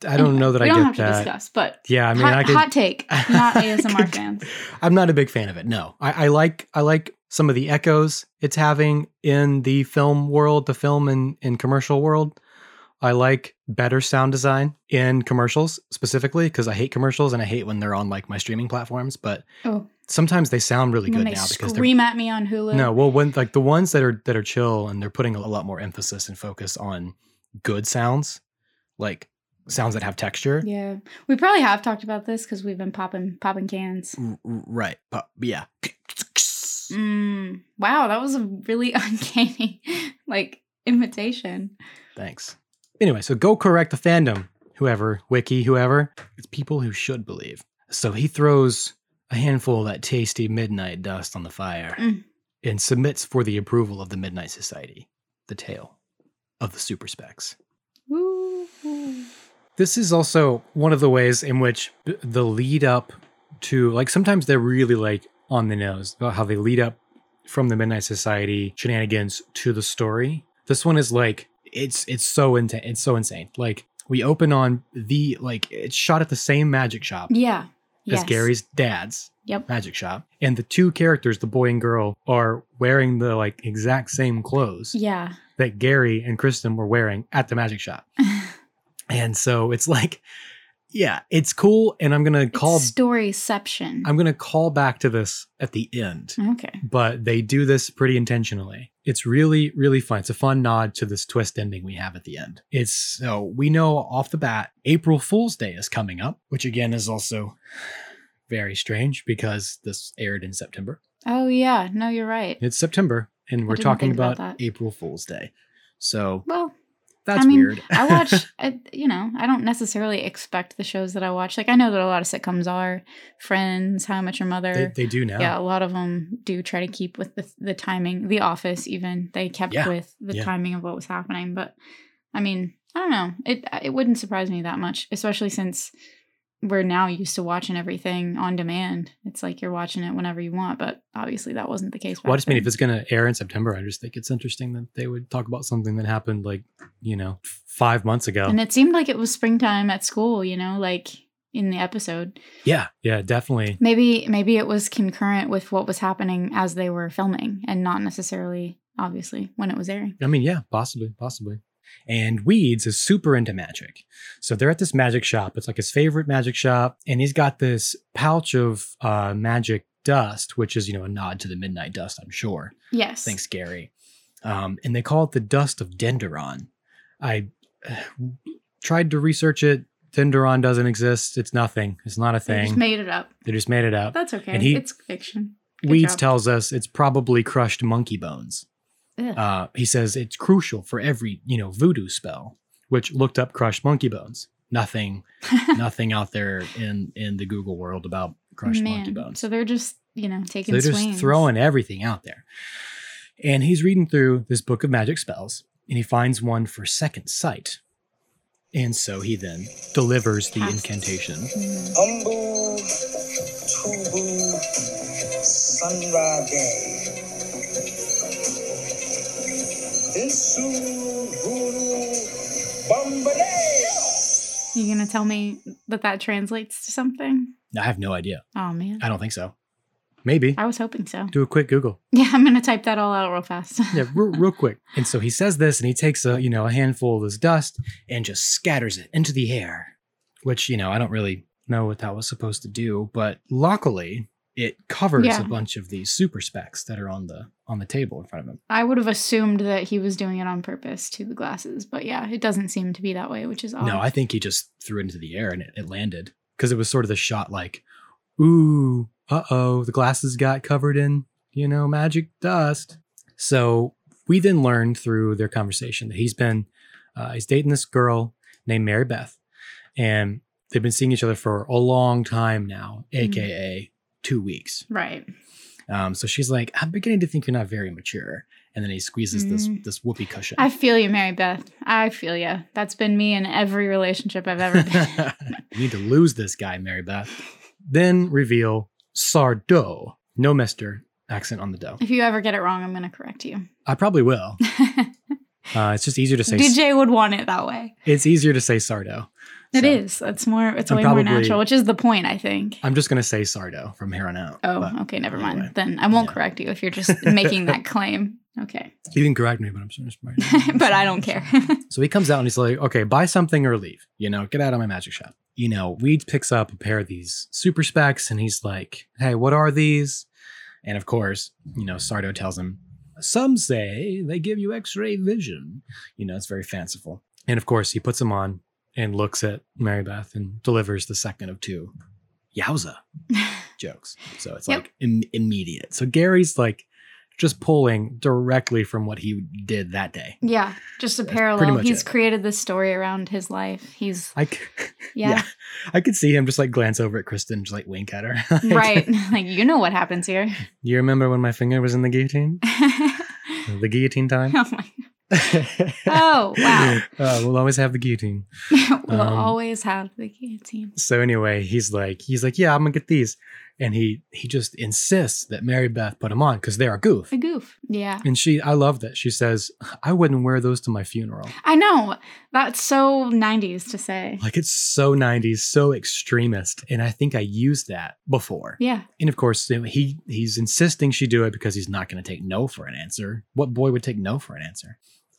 Speaker 3: I don't
Speaker 2: Anyway,
Speaker 3: know that
Speaker 2: we
Speaker 3: I
Speaker 2: don't
Speaker 3: get
Speaker 2: have
Speaker 3: that.
Speaker 2: to discuss. But
Speaker 3: Yeah, I mean,
Speaker 2: hot,
Speaker 3: I could
Speaker 2: hot take, not
Speaker 3: I
Speaker 2: ASMR
Speaker 3: could-
Speaker 2: fans.
Speaker 3: I'm not a big fan of it. No, I, I like I like some of the echoes it's having in the film world, the film and in commercial world. I like better sound design in commercials specifically because I hate commercials and I hate when they're on like my streaming platforms. But
Speaker 2: Oh,
Speaker 3: sometimes they sound really
Speaker 2: when
Speaker 3: good
Speaker 2: they
Speaker 3: now because they're
Speaker 2: scream at me on Hulu.
Speaker 3: no well when like the ones that are that are chill and they're putting a lot more emphasis and focus on good sounds, like sounds that have texture.
Speaker 2: Yeah, we probably have talked about this because we've been popping popping cans.
Speaker 3: R- r- right, but yeah.
Speaker 2: Mm, wow, that was a really uncanny like imitation.
Speaker 3: Thanks. Anyway, so go correct the fandom, whoever, wiki, whoever. It's people who should believe. So he throws a handful of that tasty midnight dust on the fire
Speaker 2: Mm.
Speaker 3: and submits for the approval of the Midnight Society, the tale of the super specs.
Speaker 2: Woo.
Speaker 3: This is also one of the ways in which th- the lead up to, like, sometimes they're really like on the nose about how they lead up from the Midnight Society shenanigans to the story. This one is like it's it's so intense, it's so insane. Like we open on the like it's shot at the same magic shop
Speaker 2: Yeah.
Speaker 3: as
Speaker 2: Yes.
Speaker 3: Gary's dad's
Speaker 2: Yep.
Speaker 3: magic shop, and the two characters, the boy and girl, are wearing the like exact same clothes
Speaker 2: Yeah.
Speaker 3: that Gary and Kristen were wearing at the magic shop. And so it's like, yeah, it's cool. And I'm gonna call
Speaker 2: it's storyception.
Speaker 3: I'm gonna call back to this at the end.
Speaker 2: okay.
Speaker 3: But they do this pretty intentionally. It's really, really fun. It's a fun nod to this twist ending we have at the end. It's so we know off the bat, April Fool's Day is coming up, which again is also very strange because this aired in September.
Speaker 2: Oh yeah. No, you're right.
Speaker 3: It's September, and we're
Speaker 2: didn't
Speaker 3: talking
Speaker 2: think about
Speaker 3: about,
Speaker 2: that.
Speaker 3: April Fool's Day. So
Speaker 2: Well,
Speaker 3: that's
Speaker 2: I mean,
Speaker 3: weird.
Speaker 2: I watch, I, you know, I don't necessarily expect the shows that I watch. Like, I know that a lot of sitcoms are Friends, How I Met Your Mother.
Speaker 3: they, they do now.
Speaker 2: yeah, a lot of them do try to keep with the, the timing. The Office, even they kept
Speaker 3: Yeah.
Speaker 2: with the
Speaker 3: Yeah.
Speaker 2: timing of what was happening. But I mean, I don't know. It uh, it wouldn't surprise me that much, especially since we're now used to watching everything on demand. It's like you're watching it whenever you want. But obviously, that wasn't the case.
Speaker 3: Well, I
Speaker 2: back
Speaker 3: just mean
Speaker 2: then.
Speaker 3: if it's going to air in September, I just think it's interesting that they would talk about something that happened like you know f- five months ago.
Speaker 2: And it seemed like it was springtime at school, you know, like in the episode.
Speaker 3: yeah, yeah, definitely.
Speaker 2: Maybe maybe it was concurrent with what was happening as they were filming and not necessarily obviously when it was airing.
Speaker 3: I mean, yeah, possibly, possibly. And Weeds is super into magic, so they're at this magic shop. It's like his favorite magic shop, and he's got this pouch of uh, magic dust, which is you know a nod to the midnight dust, I'm sure.
Speaker 2: Yes.
Speaker 3: Thanks, Gary. Um, and they call it the dust of Denderon. I uh, tried to research it. Denderon doesn't exist. It's nothing. It's not a
Speaker 2: They
Speaker 3: thing.
Speaker 2: just made it up.
Speaker 3: They just made it up.
Speaker 2: That's okay.
Speaker 3: And he-
Speaker 2: it's fiction. Good
Speaker 3: Weeds
Speaker 2: job.
Speaker 3: tells us it's probably crushed monkey bones.
Speaker 2: Ugh.
Speaker 3: Uh, he says it's crucial for every, you know, voodoo spell, which looked up crushed monkey bones. nothing, nothing out there in in the Google world about crushed monkey bones.
Speaker 2: So they're just, you know,
Speaker 3: So
Speaker 2: taking
Speaker 3: they're
Speaker 2: swings.
Speaker 3: just throwing everything out there. And he's reading through this book of magic spells, and he finds one for second sight. And so he then delivers the
Speaker 2: Casts.
Speaker 3: incantation.
Speaker 2: Mm.
Speaker 6: Humble, Tubu, Sunra Day. Isu, Guru, Bambale.
Speaker 2: You gonna tell me that that translates to something?
Speaker 3: I have no idea.
Speaker 2: Oh man,
Speaker 3: I don't think so. Maybe.
Speaker 2: I was hoping so.
Speaker 4: Do a quick Google.
Speaker 2: Yeah, I'm gonna type that all out real fast.
Speaker 4: Yeah, real, real quick.
Speaker 3: And so he says this, and he takes a you know a handful of this dust and just scatters it into the air, which you know I don't really know what that was supposed to do, but luckily it covers
Speaker 2: Yeah.
Speaker 3: a bunch of these super specs that are on the on the table in front of him.
Speaker 2: I would have assumed that he was doing it on purpose to the glasses, but yeah, it doesn't seem to be that way, which is odd.
Speaker 3: No, I think he just threw it into the air and it, it landed because it was sort of the shot like, ooh, uh oh, the glasses got covered in, you know, magic dust. So we then learned through their conversation that he's been, uh, he's dating this girl named Mary Beth, and they've been seeing each other for a long time now,
Speaker 2: Mm-hmm.
Speaker 3: aka two weeks.
Speaker 2: right.
Speaker 3: Um, so she's like, I'm beginning to think you're not very mature. And then he squeezes this
Speaker 2: Mm.
Speaker 3: this whoopee cushion.
Speaker 2: I feel you, Mary Beth. I feel you. That's been me in every relationship I've ever been. in.
Speaker 3: you need to lose this guy, Mary Beth.
Speaker 4: Then reveal
Speaker 3: Sardo. No Mr. Accent on the dough.
Speaker 2: if you ever get it wrong, I'm gonna correct you.
Speaker 3: I probably will. Uh, it's just easier to say.
Speaker 2: DJ would want it that way.
Speaker 3: it's easier to say Sardo.
Speaker 2: It
Speaker 3: So,
Speaker 2: is. It's more. It's
Speaker 3: I'm
Speaker 2: way
Speaker 3: probably-
Speaker 2: more natural, which is the point, I think.
Speaker 3: I'm just gonna say Sardo from here on out.
Speaker 2: oh,
Speaker 3: but
Speaker 2: okay. Never
Speaker 3: anyway,
Speaker 2: mind. Then I won't
Speaker 3: yeah.
Speaker 2: correct you if you're just making that claim. Okay,
Speaker 3: you can correct me, but I'm sorry.
Speaker 2: but I don't care.
Speaker 3: So he comes out and he's like, "Okay, buy something or leave. You know, get out of my magic shop." You know, Weed picks up a pair of these super specs and he's like, "Hey, what are these?" And of course, you know, Sardo tells him, "Some say they give you X-ray vision." You know, it's very fanciful.
Speaker 4: And of course, he puts them on and looks at Mary Beth and
Speaker 3: delivers the second of two yowza jokes. So it's
Speaker 2: Yep.
Speaker 3: like Im- immediate. So Gary's like just pulling directly from what he did that day.
Speaker 2: yeah, just a
Speaker 3: That's pretty
Speaker 2: parallel.
Speaker 3: much
Speaker 2: He's
Speaker 3: it.
Speaker 2: created this story around his life. He's
Speaker 3: I, c-
Speaker 2: yeah,
Speaker 3: I could see him just like glance over at Kristen, just like wink at her. Like,
Speaker 2: right. like you know what happens here.
Speaker 4: You remember when my finger was in the guillotine?
Speaker 2: oh
Speaker 4: The guillotine time?
Speaker 2: my. Oh wow.
Speaker 4: Uh, we'll always have the guillotine.
Speaker 2: we'll
Speaker 4: Um,
Speaker 2: always have the guillotine.
Speaker 4: So anyway, he's like, he's like, yeah, I'm gonna get these,
Speaker 3: and he he just insists that Mary Beth put him on because they're a goof.
Speaker 2: A goof. Yeah.
Speaker 4: and she, I love that. She says, I wouldn't wear those to my funeral.
Speaker 2: I know. That's so 90s to say.
Speaker 4: Like it's so 90s, so extremist, and I think I used that before.
Speaker 2: Yeah.
Speaker 3: And of course, you know, he he's insisting she do it because he's not going to take no for an answer. What boy would take no for an answer?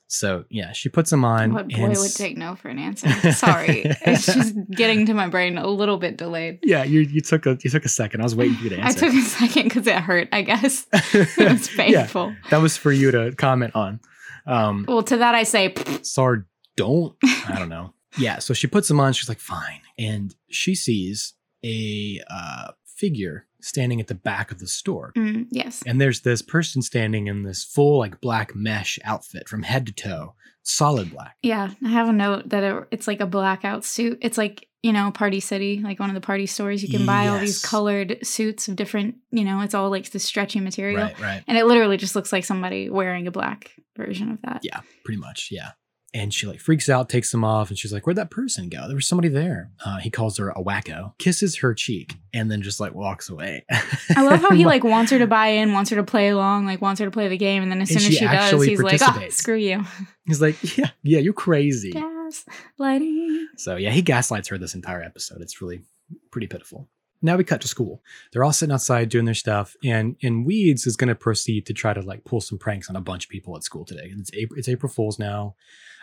Speaker 3: So yeah, she puts him on.
Speaker 2: What boy
Speaker 3: and
Speaker 2: would
Speaker 3: s-
Speaker 2: take no for an answer? Sorry. it's just getting to my brain a little bit delayed.
Speaker 3: Yeah, you you took a you took a second. I was waiting for you to
Speaker 2: I
Speaker 3: answer.
Speaker 2: took a second because it hurt, I guess. it was painful.
Speaker 3: that was for you to comment on. Um,
Speaker 2: Well, to that I say,
Speaker 3: Sar don't. I don't know. Yeah, so she puts him on. She's like, fine, and she sees a uh, figure standing at the back of the store.
Speaker 2: mm, yes.
Speaker 3: And there's this person standing in this full like black mesh outfit from head to toe, solid black.
Speaker 2: Yeah. I have a note that it, it's like a blackout suit. It's like, you know, Party City, like one of the party stores. You can buy all these
Speaker 3: Yes.
Speaker 2: colored suits of different, you know, it's all like the stretchy material.
Speaker 3: Right, right.
Speaker 2: And it literally just looks like somebody wearing a black version of that.
Speaker 3: Yeah, pretty much. Yeah. And she like freaks out, takes them off, and she's like, "Where'd that person go? There was somebody there." Uh, he calls her a wacko, kisses her cheek, and then just like walks away.
Speaker 2: I love how he like wants her to buy in, wants her to play along, like wants her to play the game, and then as
Speaker 3: And
Speaker 2: soon as
Speaker 3: she
Speaker 2: she does,
Speaker 3: actually
Speaker 2: he's like, "Ah,
Speaker 3: participates.
Speaker 2: screw you."
Speaker 3: He's like, "Yeah, yeah, you're crazy."
Speaker 2: Gas lighting.
Speaker 3: So yeah, he gaslights her this entire episode. It's really pretty pitiful. Now we cut to school. They're all sitting outside doing their stuff, and and Weeds is going to proceed to try to like pull some pranks on a bunch of people at school today. It's April, it's April Fool's now.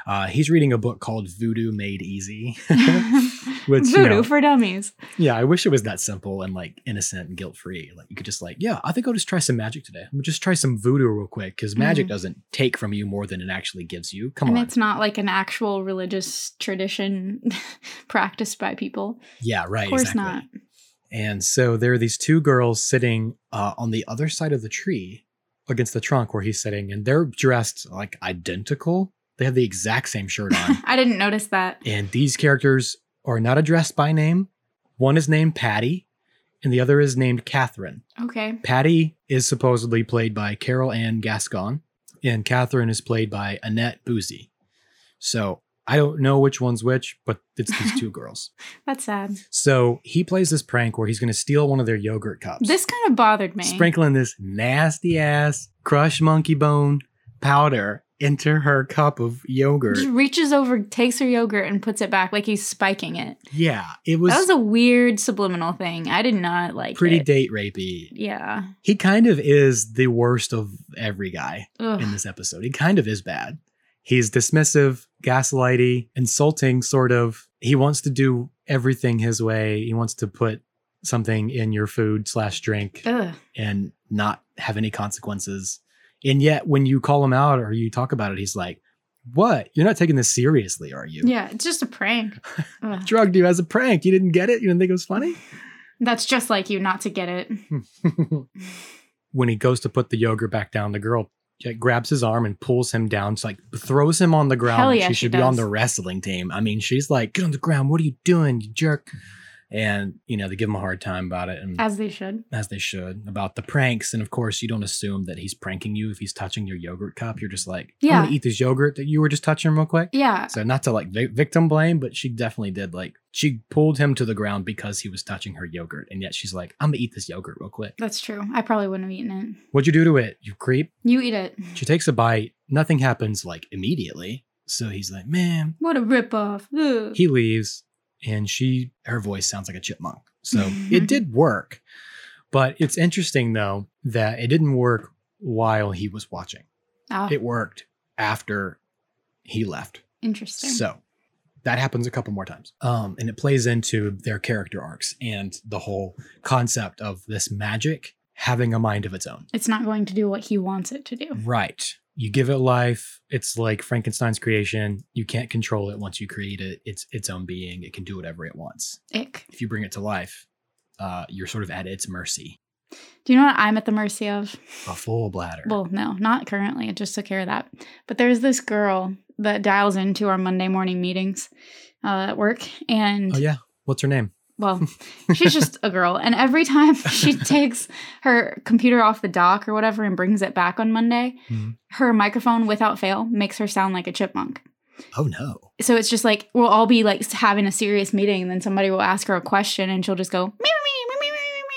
Speaker 3: Uh, he's reading a book called Voodoo Made Easy. Which, you
Speaker 2: Voodoo
Speaker 3: know-
Speaker 2: for dummies.
Speaker 3: yeah, I wish it was that simple and like innocent and guilt free. Like you could just like, yeah, I think I'll just try some magic today. I'm just try some voodoo real quick because magic
Speaker 2: Mhm.
Speaker 3: doesn't take from you more than it actually gives you. Come
Speaker 2: And
Speaker 3: on,
Speaker 2: it's not like an actual religious tradition practiced by people.
Speaker 3: yeah, right,
Speaker 2: Of course
Speaker 3: exactly.
Speaker 2: not.
Speaker 3: And so there are these two girls sitting uh, on the other side of the tree against the trunk where he's sitting, and they're dressed like identical. They have the exact same shirt on.
Speaker 2: I didn't notice that.
Speaker 3: and these characters are not addressed by name. One is named Patty, and the other is named Catherine.
Speaker 2: Okay.
Speaker 3: Patty is supposedly played by Carol Ann Gascon, and Catherine is played by Annette Boozy. So I don't know which one's which, but it's these two girls.
Speaker 2: That's sad.
Speaker 3: So he plays this prank where he's going to steal one of their yogurt cups,
Speaker 2: This kind of bothered me.
Speaker 3: sprinkling this nasty ass crushed monkey bone powder into her cup of yogurt.
Speaker 2: Just reaches over, takes her yogurt, and puts it back like he's spiking it.
Speaker 3: Yeah, it was,
Speaker 2: that was a weird subliminal thing. I did not like
Speaker 3: pretty
Speaker 2: it.
Speaker 3: date rapey.
Speaker 2: yeah.
Speaker 3: He kind of is the worst of every guy.
Speaker 2: Ugh.
Speaker 3: in this episode. He kind of is bad. He's dismissive, gaslighty, insulting, sort of. He wants to do everything his way. He wants to put something in your food slash drink
Speaker 2: Ugh.
Speaker 3: and not have any consequences. And yet, when you call him out or you talk about it, he's like, What? You're not taking this seriously, are you?
Speaker 2: Yeah, it's just a prank. Ugh.
Speaker 3: Drugged you as a prank. You didn't get it? You didn't think it was funny?
Speaker 2: That's just like you not to get it.
Speaker 3: when he goes to put the yogurt back down, the girl like, grabs his arm and pulls him down. She like throws him on the ground.
Speaker 2: Hell
Speaker 3: like
Speaker 2: yeah,
Speaker 3: she
Speaker 2: she
Speaker 3: should be on
Speaker 2: does.
Speaker 3: the wrestling team. I mean, she's like, get on the ground. What are you doing, you jerk? And you know they give him a hard time about it, and as,
Speaker 2: As they should.
Speaker 3: they should about the pranks. And of course, you don't assume that he's pranking you if he's touching your yogurt cup. You're just like, I'm
Speaker 2: Yeah.
Speaker 3: gonna eat this yogurt that you were just touching real quick.
Speaker 2: Yeah.
Speaker 3: So not to like vi- victim blame, but she definitely did. Like she pulled him to the ground because he was touching her yogurt, and yet she's like, I'm gonna eat this yogurt real quick.
Speaker 2: That's true. I probably wouldn't have eaten
Speaker 3: What'd you do to it? You creep.
Speaker 2: it. You eat it.
Speaker 3: She takes a bite. Nothing happens like immediately. So he's like, man.
Speaker 2: What a ripoff. Ugh.
Speaker 3: He leaves and she, her voice sounds like a chipmunk. So it did work. But it's interesting though that it didn't work while he was watching,
Speaker 2: Ah,
Speaker 3: it worked after he left.
Speaker 2: interesting.
Speaker 3: So that happens a couple more times. Um, and it plays into their character arcs and the whole concept of this magic having a mind of its own.
Speaker 2: it's not going to do what he wants it to do.
Speaker 3: Right. You give it life. It's like Frankenstein's creation. You can't control it once you create it. It's its own being. It can do whatever it wants.
Speaker 2: Ick.
Speaker 3: If you bring it to life, uh, you're sort of at its mercy.
Speaker 2: Do you know what I'm at the mercy of?
Speaker 3: A full bladder.
Speaker 2: Well, no, not currently. I just took care of that. But there's this girl that dials into our Monday morning meetings uh, at work. And
Speaker 3: oh yeah. What's her name?
Speaker 2: well, she's just a girl. And every time she takes her computer off the dock or whatever and brings it back on Monday,
Speaker 3: Mhm.
Speaker 2: her microphone without fail makes her sound like a chipmunk.
Speaker 3: Oh no.
Speaker 2: So it's just like we'll all be like having a serious meeting, and then somebody will ask her a question, and she'll just go, meow, meow, meow,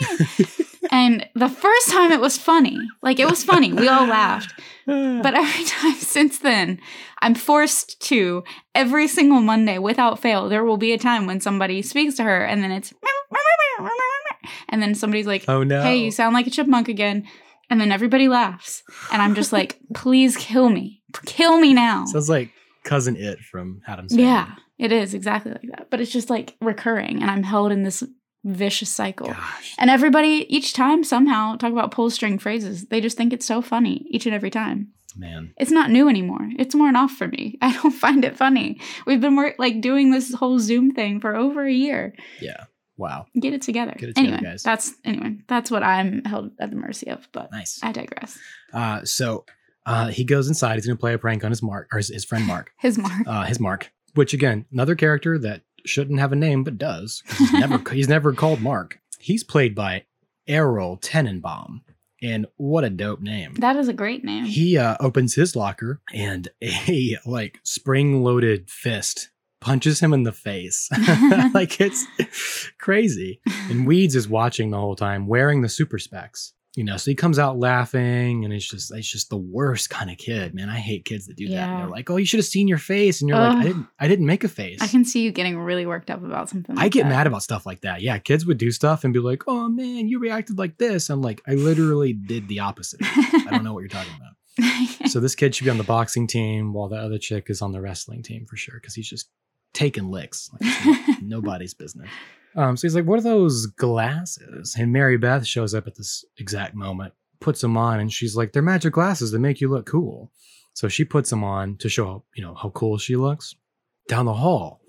Speaker 2: meow, meow, meow. and the first time it was funny. Like it was funny. We all laughed. But every time since then, I'm forced to every single Monday without fail. There will be a time when somebody speaks to her, and then it's, meow, meow, meow, meow, meow, meow, meow. and then somebody's like,
Speaker 3: Oh no.
Speaker 2: hey, you sound like a chipmunk again. And then everybody laughs. And I'm just like, please kill me. Kill me now.
Speaker 3: Sounds like cousin it from Adam's. Family.
Speaker 2: Yeah, it is exactly like that. But it's just like recurring, and I'm held in this vicious cycle.
Speaker 3: Gosh.
Speaker 2: And everybody, each time, somehow talk about pull string phrases. They just think it's so funny each and every time.
Speaker 3: Man.
Speaker 2: It's not new anymore. It's worn off for me. I don't find it funny. We've been wor- like doing this whole Zoom thing for over a year.
Speaker 3: Yeah. Wow.
Speaker 2: Get it together.
Speaker 3: Get it together,
Speaker 2: anyway,
Speaker 3: guys.
Speaker 2: that's anyway. That's what I'm held at the mercy of. But
Speaker 3: Nice.
Speaker 2: I digress.
Speaker 3: Uh, so uh, he goes inside. He's gonna play a prank on his mark or his, his friend Mark.
Speaker 2: His mark.
Speaker 3: uh, his mark, which again, another character that shouldn't have a name but does. 'cause He's never he's never called Mark. He's played by Errol Tenenbaum, and what a dope name!
Speaker 2: that is a great name.
Speaker 3: He uh, opens his locker and a like spring loaded fist punches him in the face. like it's crazy. And Weeds is watching the whole time, wearing the super specs. You know, so he comes out laughing, and it's just it's just the worst kind of kid, man. I hate kids that do that. And
Speaker 2: Yeah.
Speaker 3: they're like, "Oh, you should have seen your face," and you're like, "I
Speaker 2: Ugh.
Speaker 3: didn't, I didn't make a face."
Speaker 2: I can see you getting really worked up about something.
Speaker 3: I
Speaker 2: like
Speaker 3: get
Speaker 2: that.
Speaker 3: mad about stuff like that. Yeah, kids would do stuff and be like, "Oh man, you reacted like this." I'm like, I literally did the opposite. I don't know what you're talking about. so this kid should be on the boxing team while the other chick is on the wrestling team for sure because he's just taking licks like it's nobody's business um, so he's like what are those glasses and mary beth shows up at this exact moment puts them on and she's like they're magic glasses that make you look cool so she puts them on to show you know how cool she looks down the hall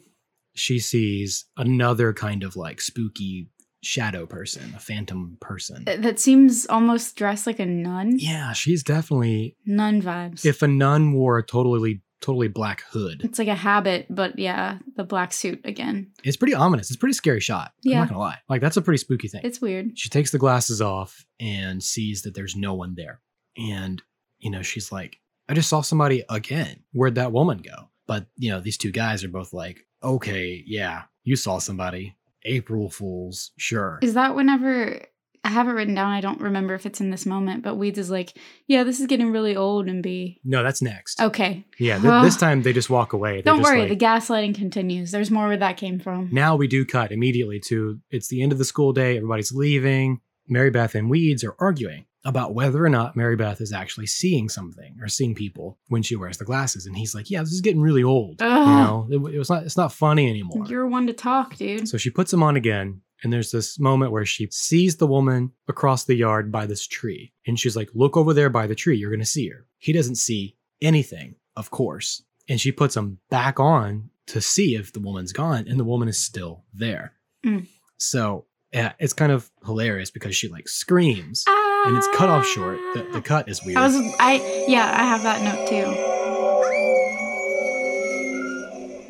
Speaker 3: she sees another kind of like spooky shadow person a phantom person
Speaker 2: Th- that seems almost dressed like a nun.
Speaker 3: yeah she's definitely
Speaker 2: Nun vibes.
Speaker 3: if a nun wore a totally totally black hood.
Speaker 2: It's like a habit, but yeah, the black suit again.
Speaker 3: It's pretty ominous. It's a pretty scary shot. I'm
Speaker 2: Yeah.
Speaker 3: not gonna lie. Like that's a pretty spooky thing.
Speaker 2: It's weird.
Speaker 3: she takes the glasses off and sees that there's no one there. And, you know, she's like, I just saw somebody again. Where'd that woman go? But, you know, these two guys are both like, okay, yeah, you saw somebody. April Fools, sure.
Speaker 2: Is that whenever I have it written down? I don't remember if it's in this moment, but Weeds is like, yeah, this is getting really old and be
Speaker 3: no, that's next.
Speaker 2: okay.
Speaker 4: Yeah, th- this
Speaker 2: Ugh.
Speaker 4: time they just walk away. They're
Speaker 2: Oh. Don't
Speaker 4: just
Speaker 2: worry,
Speaker 4: like-
Speaker 2: the gaslighting continues. There's more where that came from.
Speaker 4: now we do cut immediately to it's the end of the school day. Everybody's leaving.
Speaker 3: Mary Beth and Weeds are arguing about whether or not Mary Beth is actually seeing something or seeing people when she wears the glasses. And he's like, yeah, this is getting really old. You
Speaker 2: Ugh.
Speaker 3: know, it, it was not, it's not funny anymore.
Speaker 2: You're one to talk, dude.
Speaker 4: So she puts them on again. And there's this moment where she sees the woman across the yard by this tree.
Speaker 3: And she's like, look over there by the tree. You're going to see her. He doesn't see anything, of course. And she puts him back on to see if the woman's gone, and the woman is still there.
Speaker 2: Mm.
Speaker 3: So yeah, it's kind of hilarious because she like screams
Speaker 2: Ah.
Speaker 3: and it's cut off short. The, the cut is weird.
Speaker 2: I was, I yeah, I have that note too.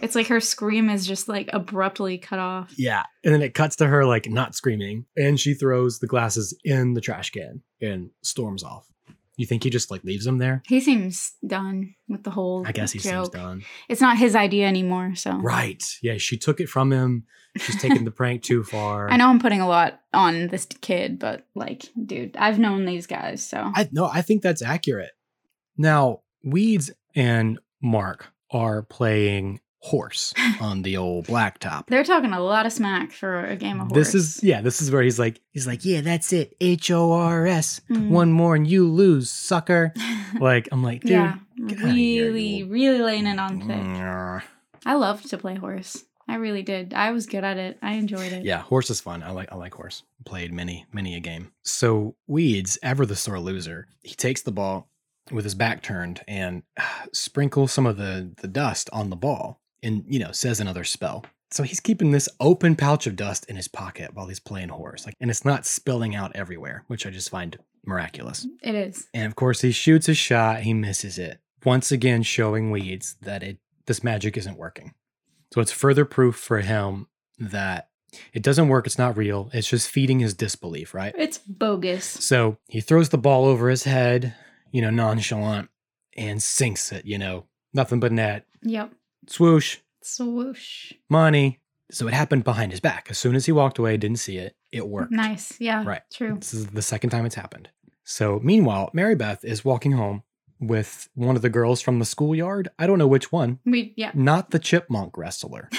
Speaker 2: It's like her scream is just like abruptly cut off.
Speaker 3: yeah. And then it cuts to her like not screaming, and she throws the glasses in the trash can and storms off. You think he just like leaves them there?
Speaker 2: He seems done with the whole.
Speaker 3: I guess he seems
Speaker 2: joke.
Speaker 3: done.
Speaker 2: It's not his idea anymore, so.
Speaker 3: Right. Yeah. She took it from him. She's taken the prank too far.
Speaker 2: I know I'm putting a lot on this kid, but like, dude, I've known these guys, so.
Speaker 3: I no, I think that's accurate.
Speaker 4: Now, Weeds and Mark are playing.
Speaker 3: Horse on the old blacktop.
Speaker 2: They're talking a lot of smack for a game of
Speaker 4: This
Speaker 2: horse.
Speaker 4: is, yeah, this is where he's like, he's like, yeah, that's it. H O R S.
Speaker 2: Mm.
Speaker 4: One more and you lose, sucker. Like, I'm like, dude,
Speaker 2: yeah,
Speaker 3: get outta here,
Speaker 2: really,
Speaker 3: you- Mm.
Speaker 2: really laying it on thick.
Speaker 3: Yeah,
Speaker 2: I loved to play horse. I really did. I was good at it. I enjoyed it.
Speaker 3: horse is fun. I like I like horse. Played many many a game. So weeds, ever the sore loser, he takes the ball with his back turned and ah, sprinkles some of the the dust on the ball, and you know says another spell. So he's keeping this open pouch of dust in his pocket while he's playing horse, like, and it's not spilling out everywhere, which I just find miraculous.
Speaker 2: It is.
Speaker 3: And of course, he shoots his shot. He misses it. Once again, showing Weeds that it this magic isn't working.
Speaker 4: So it's further proof for him
Speaker 3: That
Speaker 4: it doesn't work. It's not real. It's just feeding his disbelief, right?
Speaker 2: It's bogus.
Speaker 3: so he throws the ball over his head, you know, nonchalant, and sinks it. You know,
Speaker 4: Nothing but net.
Speaker 2: Yep.
Speaker 4: Swoosh,
Speaker 2: Swoosh.
Speaker 4: money.
Speaker 3: so it happened behind his back.
Speaker 4: As soon as he walked away, didn't see it.
Speaker 3: It worked.
Speaker 2: Nice. Yeah.
Speaker 3: Right.
Speaker 2: True.
Speaker 3: This is the second time it's happened.
Speaker 4: So meanwhile, Mary Beth is walking home with one of the girls from the schoolyard. I don't know which one.
Speaker 2: We yeah.
Speaker 3: Not the chipmunk wrestler,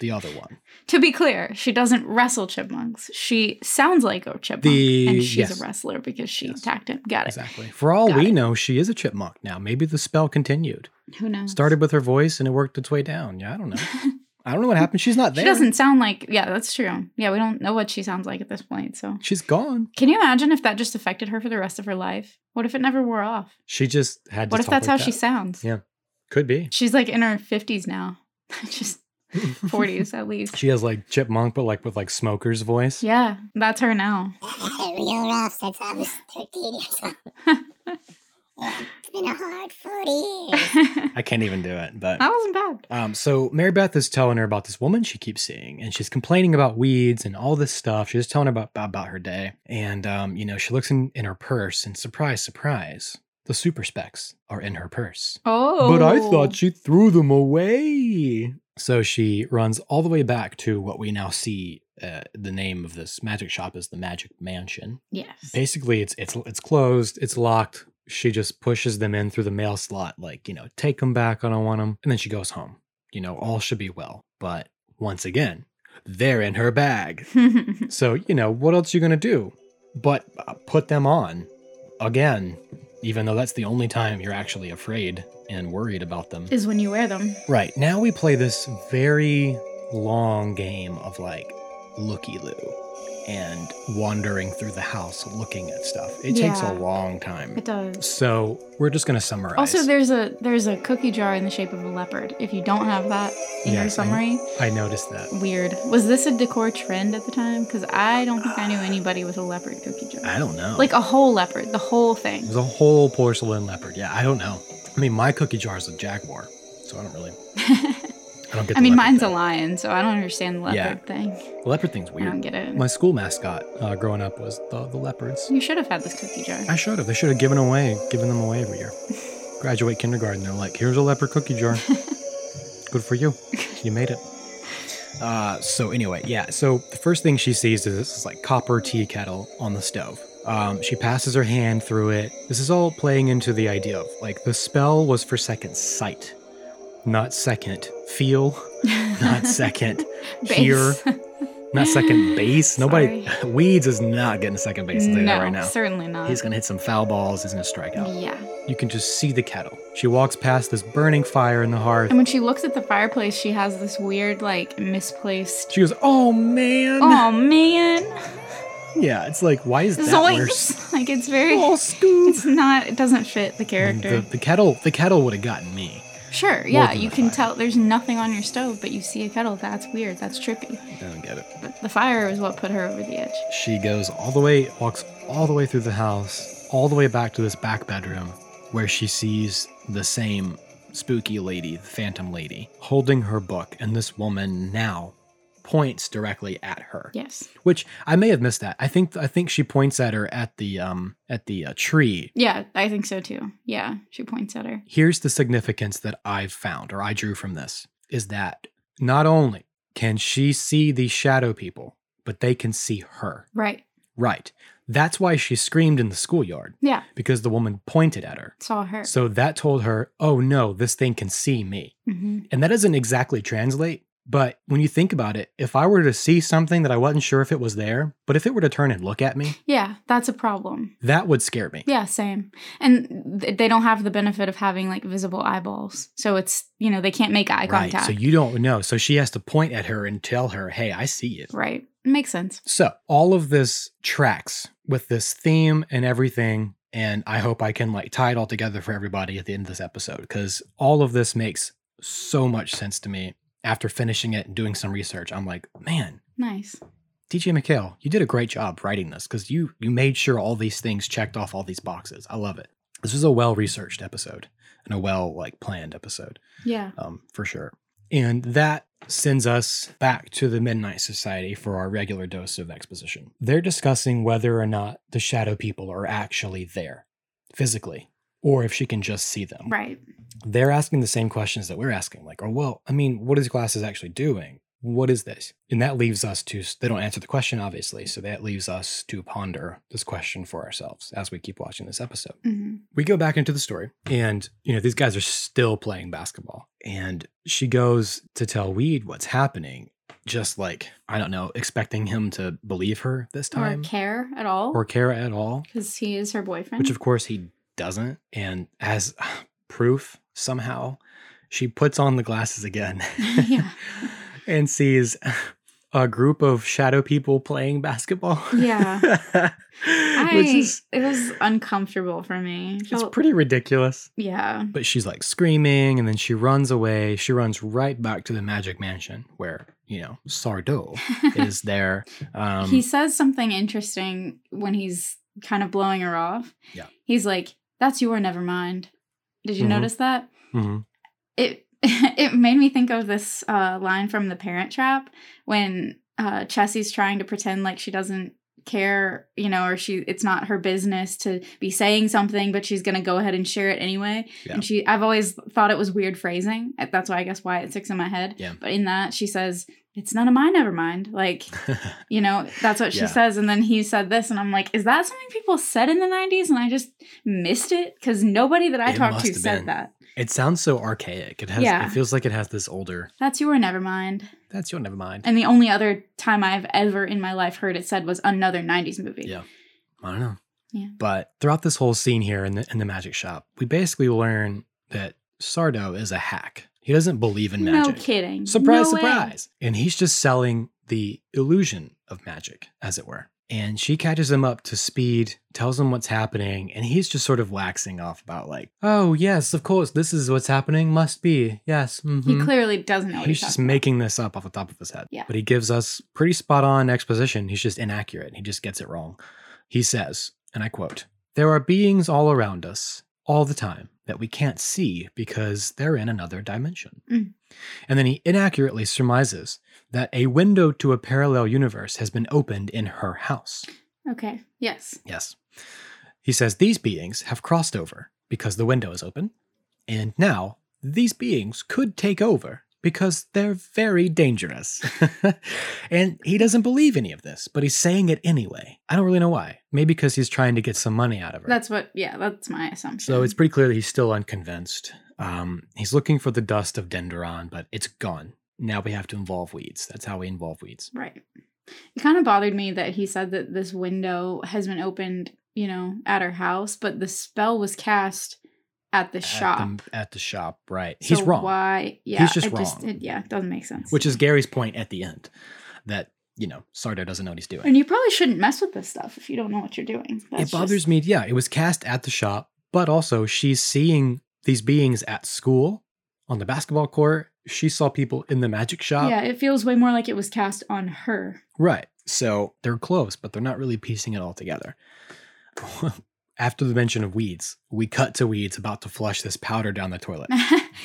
Speaker 3: the other one.
Speaker 2: to be clear, she doesn't wrestle chipmunks. She sounds like a chipmunk,
Speaker 4: The-
Speaker 2: and she's
Speaker 4: yes.
Speaker 2: a wrestler because she
Speaker 3: Yes.
Speaker 2: attacked him. Got it.
Speaker 3: Exactly.
Speaker 4: For all
Speaker 2: Got
Speaker 4: we
Speaker 2: it.
Speaker 4: know, she is a chipmunk now. Maybe the spell continued.
Speaker 2: Who knows?
Speaker 4: Started with her voice and it worked its way down. Yeah, I don't know. I don't know what happened. She's not there.
Speaker 2: She doesn't sound like. Yeah, that's true. Yeah, we don't know what she sounds like at this point. So,
Speaker 4: She's gone.
Speaker 2: can you imagine if that just affected her for the rest of her life? What if it never wore off?
Speaker 4: She just had to
Speaker 2: What if
Speaker 4: talk
Speaker 2: that's how
Speaker 4: like
Speaker 2: she
Speaker 4: that.
Speaker 2: sounds?
Speaker 4: Yeah. Could be.
Speaker 2: She's like in her fifties now, just forties at least.
Speaker 4: She has like chipmunk, but like with like smoker's voice.
Speaker 2: Yeah, that's her now.
Speaker 7: real rough since I was 13 years old. it's been a hard 40 years.
Speaker 2: that
Speaker 3: I can't even do it, but
Speaker 2: wasn't bad.
Speaker 3: um, so
Speaker 4: So Mary Beth is telling her about this woman she keeps seeing, and she's complaining about weeds and all this stuff. She's telling her about
Speaker 3: about, about her day. And, um, you know, she looks in, in her purse and surprise, surprise, the super specs are in her purse.
Speaker 2: Oh,
Speaker 4: But I thought she threw them away.
Speaker 3: So she runs all the way back to what we now see uh, the name of this magic shop is the Magic Mansion.
Speaker 2: yes.
Speaker 4: Basically, it's it's it's closed, it's locked. She just pushes them in through the mail slot.
Speaker 3: Slot, like, you know, take them back. I don't want them. And then she goes home. You know, all should be well. But once again, they're in her bag.
Speaker 4: So, you know, what else you going to do?
Speaker 3: But uh, put them on again, even though that's the only time you're actually afraid and worried about them.
Speaker 2: is when you wear them.
Speaker 3: Right. Now we play this very long game of like looky loo and wandering through the house looking at stuff. It takes a
Speaker 2: Yeah.
Speaker 3: long
Speaker 2: It
Speaker 3: time.
Speaker 2: does.
Speaker 3: So we're just going to summarize.
Speaker 2: Also, there's a there's a cookie jar in the shape of a leopard. If you don't have that in your
Speaker 3: Yes, I-
Speaker 2: summary,
Speaker 3: I noticed that.
Speaker 2: weird. Was this a decor trend at the time? Because I don't think I knew anybody with a leopard
Speaker 3: Uh,
Speaker 2: cookie jar.
Speaker 3: I don't know.
Speaker 2: Like a whole leopard, the whole thing.
Speaker 3: it was a whole porcelain leopard. Yeah, I don't know. I mean, my cookie jar is a jaguar, so I don't really. I don't get. The
Speaker 2: I mean,
Speaker 3: leopard
Speaker 2: mine's a
Speaker 3: thing.
Speaker 2: lion, so I don't understand the leopard
Speaker 3: Yeah.
Speaker 2: thing.
Speaker 3: The leopard thing's
Speaker 2: I don't
Speaker 3: weird.
Speaker 2: get it.
Speaker 3: My school mascot uh, growing up was the the leopards.
Speaker 2: you should have had this cookie jar.
Speaker 3: I should have. They should have given away, given them away every year. Graduate kindergarten, they're like, "Here's a leopard cookie jar. Good for you. You made it." Uh, so anyway, yeah. So the first thing she sees is this like copper tea kettle on the stove. Um, she passes her hand through it. This is all playing into the idea of like the spell was for second sight, not second feel, not second hear,
Speaker 2: Base.
Speaker 3: not second base. Nobody weeds is not getting second base. I'll tell you that
Speaker 2: no,
Speaker 3: right now.
Speaker 2: certainly not.
Speaker 3: He's gonna hit some foul balls. He's gonna strike out.
Speaker 2: yeah.
Speaker 3: You can just see the kettle. She walks past this burning fire in the hearth.
Speaker 2: And when she looks at the fireplace, she has this weird, like, misplaced.
Speaker 3: She goes, "Oh man!"
Speaker 2: Oh man,
Speaker 3: Yeah, it's like, why is that worse?
Speaker 2: zoinks! Like it's very.
Speaker 3: Oh, Scoob.
Speaker 2: It's not. It doesn't
Speaker 3: I
Speaker 2: fit the
Speaker 3: mean,
Speaker 2: character.
Speaker 3: The, the kettle, the kettle would have gotten me.
Speaker 2: sure. Yeah,
Speaker 3: than
Speaker 2: you
Speaker 3: the
Speaker 2: can
Speaker 3: fire.
Speaker 2: tell there's nothing on your stove, but you see a kettle. That's weird. That's trippy.
Speaker 3: I don't get it.
Speaker 2: But the fire is what put her over the edge.
Speaker 3: She goes all the way, walks all the way through the house, all the way back to this back bedroom where she sees the same spooky lady, the phantom lady, holding her book. And this woman now points directly at her,
Speaker 2: Yes.
Speaker 3: which I may have missed that. I think, I think she points at her at the, um, at the uh, tree.
Speaker 2: Yeah, I think so too. Yeah, she points at her.
Speaker 3: Here's the significance that I've found or I drew from this is that not only can she see these shadow people, but they can see her.
Speaker 2: Right.
Speaker 3: Right. That's why she screamed in the schoolyard.
Speaker 2: Yeah.
Speaker 3: Because the woman pointed at her.
Speaker 2: Saw her.
Speaker 3: So that told her, oh no, this thing can see me.
Speaker 2: hmm
Speaker 3: And that doesn't exactly translate. But when you think about it, if I were to see something that I wasn't sure if it was there, but if it were to turn and look at me,
Speaker 2: Yeah, that's a problem.
Speaker 3: that would scare me.
Speaker 2: Yeah, same. And th- they don't have the benefit of having like visible eyeballs. So it's, you know, they can't make eye
Speaker 3: right.
Speaker 2: contact.
Speaker 3: So you don't know. So she has to point at her and tell her, hey, I see it.
Speaker 2: right. Makes sense.
Speaker 3: So all of this tracks with this theme and everything. And I hope I can like tie it all together for everybody at the end of this episode because all of this makes so much sense to me. After finishing it and doing some research, I'm like, man,
Speaker 2: Nice.
Speaker 3: DJ McHale, you did a great job writing this because you you made sure all these things checked off all these boxes. I love it. This was a well researched episode and a well like planned episode
Speaker 2: Yeah.
Speaker 3: um, for sure. And that sends us back to the Midnight Society for our regular dose of exposition. They're discussing whether or not the shadow people are actually there physically, or if she can just see them.
Speaker 2: Right.
Speaker 3: They're asking the same questions that we're asking like, oh, well, I mean, what is glasses actually doing? What is this? And that leaves us to, they don't answer the question, obviously. So that leaves us to ponder this question for ourselves as we keep watching this episode
Speaker 2: hmm
Speaker 3: we go back into the story and you know these guys are still playing basketball and she goes to tell weed what's happening just like i don't know expecting him to believe her this
Speaker 2: Or
Speaker 3: time
Speaker 2: care at all.
Speaker 3: or care at all
Speaker 2: Because he is her boyfriend.
Speaker 3: which of course he doesn't and as proof somehow she puts on the glasses again
Speaker 2: Yeah.
Speaker 3: and sees a group of shadow people playing basketball
Speaker 2: Yeah. I,
Speaker 3: which is
Speaker 2: it was uncomfortable for me.
Speaker 3: it's
Speaker 2: Felt-
Speaker 3: pretty ridiculous
Speaker 2: yeah.
Speaker 3: But she's like screaming, and then she runs away. She runs right back to the magic mansion where, you know, Sardo is there. Um,
Speaker 2: he says something interesting when he's kind of blowing her off.
Speaker 3: Yeah.
Speaker 2: He's like, that's your never mind. Did you
Speaker 3: Mhm.
Speaker 2: notice that?
Speaker 3: mhm.
Speaker 2: it it made me think of this uh, line from The Parent Trap when uh, Chessie's trying to pretend like she doesn't care, you know, or she it's not her business to be saying something, but she's gonna go ahead and share it anyway.
Speaker 3: Yeah.
Speaker 2: And she, I've always thought it was weird phrasing. That's why I guess why it sticks in my head.
Speaker 3: Yeah.
Speaker 2: But in that, she says. It's none of my never mind. Like, you know, that's what she
Speaker 3: Yeah.
Speaker 2: says. And then he said this, and I'm like, is that something people said in the 90s? And I just missed it because nobody that I
Speaker 3: It
Speaker 2: talked
Speaker 3: must
Speaker 2: to
Speaker 3: have
Speaker 2: said
Speaker 3: been.
Speaker 2: that.
Speaker 3: it sounds so archaic. It has,
Speaker 2: Yeah.
Speaker 3: it feels like it has this older,
Speaker 2: That's your never mind.
Speaker 3: that's your never mind.
Speaker 2: And the only other time I've ever in my life heard it said was another 90s movie.
Speaker 3: Yeah. I don't know.
Speaker 2: Yeah.
Speaker 3: But throughout this whole scene here in the, in the magic shop, we basically learn that Sardo is a hack. He doesn't believe in
Speaker 2: No
Speaker 3: magic.
Speaker 2: kidding.
Speaker 3: Surprise,
Speaker 2: No way.
Speaker 3: surprise. And he's just selling the illusion of magic, as it were. And she catches him up to speed, tells him what's happening, and he's just sort of waxing off about, like, oh, yes, of course, this is what's happening, must be, yes.
Speaker 2: He
Speaker 3: mhm."
Speaker 2: clearly doesn't know what
Speaker 3: He's
Speaker 2: he's,
Speaker 3: just
Speaker 2: talking
Speaker 3: making this up off the top of his head.
Speaker 2: Yeah.
Speaker 3: But he gives us pretty spot on exposition. He's just inaccurate. He just gets it wrong. He says, and I quote, There are beings all around us, all the time. that we can't see because they're in another dimension.
Speaker 2: Mm.
Speaker 3: And then he inaccurately surmises that a window to a parallel universe has been opened in her house.
Speaker 2: Okay. Yes.
Speaker 3: Yes. He says these beings have crossed over because the window is open, and now these beings could take over because they're very dangerous. and he doesn't believe any of this, but he's saying it anyway. I don't really know why. Maybe because he's trying to get some money out of her.
Speaker 2: That's what. Yeah. That's my assumption.
Speaker 3: so it's pretty clear that he's still unconvinced. Um, he's looking for the dust of Denderon, but it's gone. Now we have to involve weeds. That's how we involve weeds.
Speaker 2: right. It kind of bothered me that he said that this window has been opened, you know, at her house, but the spell was cast at the shop.
Speaker 3: At the, at the shop, right. he's
Speaker 2: So
Speaker 3: wrong.
Speaker 2: Why? Yeah.
Speaker 3: He's just
Speaker 2: it
Speaker 3: wrong.
Speaker 2: it- yeah. It doesn't make sense.
Speaker 3: which is Gary's point at the end that you know Sardo doesn't know what he's doing.
Speaker 2: And you probably shouldn't mess with this stuff if you don't know what you're doing.
Speaker 3: it bothers me. Yeah, it was cast at the shop, but also she's seeing these beings at school on the basketball court. She saw people in the magic shop.
Speaker 2: yeah. It feels way more like it was cast on her.
Speaker 3: Right. So they're close, but they're not really piecing it all together. After the mention of weeds, we cut to weeds about to flush this powder down the toilet.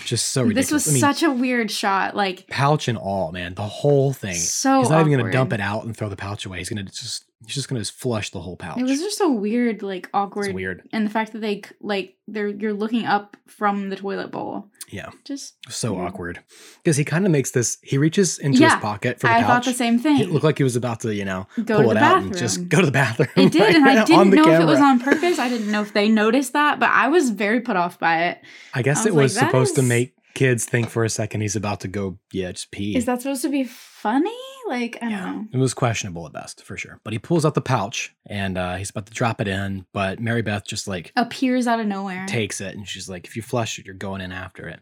Speaker 3: Just so ridiculous.
Speaker 2: this was
Speaker 3: I mean,
Speaker 2: such a weird shot. Like
Speaker 3: pouch and all, man. The whole thing.
Speaker 2: so.
Speaker 3: he's not even gonna
Speaker 2: awkward.
Speaker 3: dump it out and throw the pouch away. He's gonna just he's just gonna just flush the whole pouch.
Speaker 2: It was just a weird, like awkward.
Speaker 3: It's weird.
Speaker 2: And the fact that they c- like they're you're looking up from the toilet bowl.
Speaker 3: Yeah.
Speaker 2: Just
Speaker 3: So
Speaker 2: Yeah.
Speaker 3: awkward. Because he kind of makes this, he reaches into
Speaker 2: Yeah,
Speaker 3: his pocket for the
Speaker 2: I thought
Speaker 3: pouch.
Speaker 2: the same thing.
Speaker 3: It looked like he was about to, you know,
Speaker 2: go
Speaker 3: pull
Speaker 2: to
Speaker 3: it
Speaker 2: the
Speaker 3: out
Speaker 2: bathroom.
Speaker 3: and just go to the bathroom.
Speaker 2: it did, and I
Speaker 3: right
Speaker 2: didn't
Speaker 3: the
Speaker 2: know if it was
Speaker 3: camera.
Speaker 2: on purpose. I didn't know if they noticed that, but I was very put off by it.
Speaker 3: I guess
Speaker 2: I
Speaker 3: it
Speaker 2: was like,
Speaker 3: was
Speaker 2: that
Speaker 3: supposed to
Speaker 2: is-
Speaker 3: make kids think for a second he's about to go, yeah, just pee.
Speaker 2: Is that supposed to be funny? Like I
Speaker 3: yeah.
Speaker 2: don't know.
Speaker 3: It was questionable at best, for sure. But he pulls out the pouch and uh, he's about to drop it in, but Mary Beth just like
Speaker 2: Appears out of nowhere.
Speaker 3: takes it and she's like, if you flush it, you're going in after it.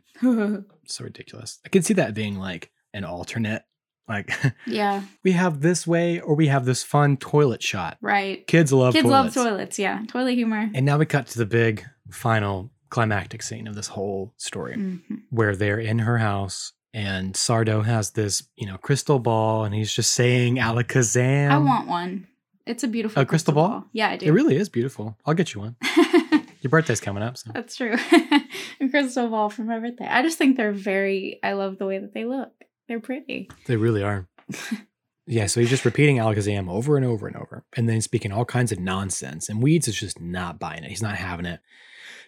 Speaker 3: So ridiculous. I can see that being like an alternate. Like,
Speaker 2: yeah.
Speaker 3: we have this way or we have this fun toilet shot.
Speaker 2: Right.
Speaker 3: Kids love
Speaker 2: Kids
Speaker 3: toilets.
Speaker 2: love toilets. Yeah. Toilet humor.
Speaker 3: And now we cut to the big final climactic scene of this whole story
Speaker 2: Mhm.
Speaker 3: where they're in her house and Sardo has this, you know, crystal ball and he's just saying Alakazam.
Speaker 2: I want one. It's a beautiful
Speaker 3: um, A crystal ball?
Speaker 2: Yeah, I do.
Speaker 3: It really is beautiful. I'll get you one. Your birthday's coming up, so
Speaker 2: That's true. a crystal ball for my birthday. I just think they're very. I love the way that they look. They're pretty.
Speaker 3: they really are. Yeah, so he's just repeating Alakazam over and over and over, and then speaking all kinds of nonsense. And Weeds is just not buying it. He's not having it.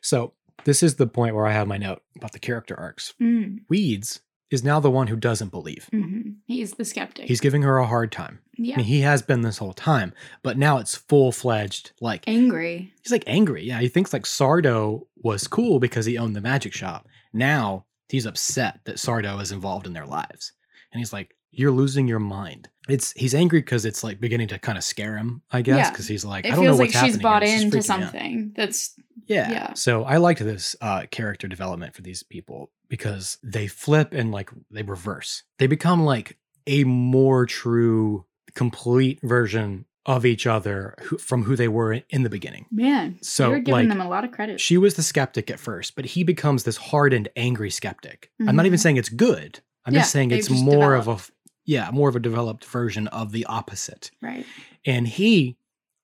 Speaker 3: So this is the point where I have my note about the character arcs.
Speaker 2: Mm.
Speaker 3: Weeds is now the one who doesn't believe.
Speaker 2: hmm He's the skeptic.
Speaker 3: He's giving her a hard time. I
Speaker 2: yeah
Speaker 3: mean, he has been this whole time, but now it's full fledged. Like
Speaker 2: angry.
Speaker 3: he's like angry. Yeah, he thinks like Sardo was cool because he owned the magic shop. Now he's upset that Sardo is involved in their lives, and he's like, "You're losing your mind." It's he's angry because it's like beginning to kind of scare him, I guess,
Speaker 2: Yeah.
Speaker 3: because he's like,
Speaker 2: it
Speaker 3: "I don't know
Speaker 2: feels like
Speaker 3: what's happening."
Speaker 2: she's bought
Speaker 3: here. It's just
Speaker 2: into
Speaker 3: freaking me out."
Speaker 2: something. That's
Speaker 3: Yeah.
Speaker 2: Yeah.
Speaker 3: So I liked this uh, character development for these people because they flip and like they reverse. They become like a more true, complete version of each other who, from who they were in the beginning.
Speaker 2: man.
Speaker 3: So,
Speaker 2: you're giving
Speaker 3: like,
Speaker 2: them a lot of credit.
Speaker 3: She was the skeptic at first, but he becomes this hardened, angry skeptic. I'm not even
Speaker 2: Mhm.
Speaker 3: saying it's good. I'm
Speaker 2: Yeah,
Speaker 3: just saying
Speaker 2: they've
Speaker 3: it's
Speaker 2: just
Speaker 3: more of a, f- yeah, more of a developed version of the opposite
Speaker 2: right.
Speaker 3: and he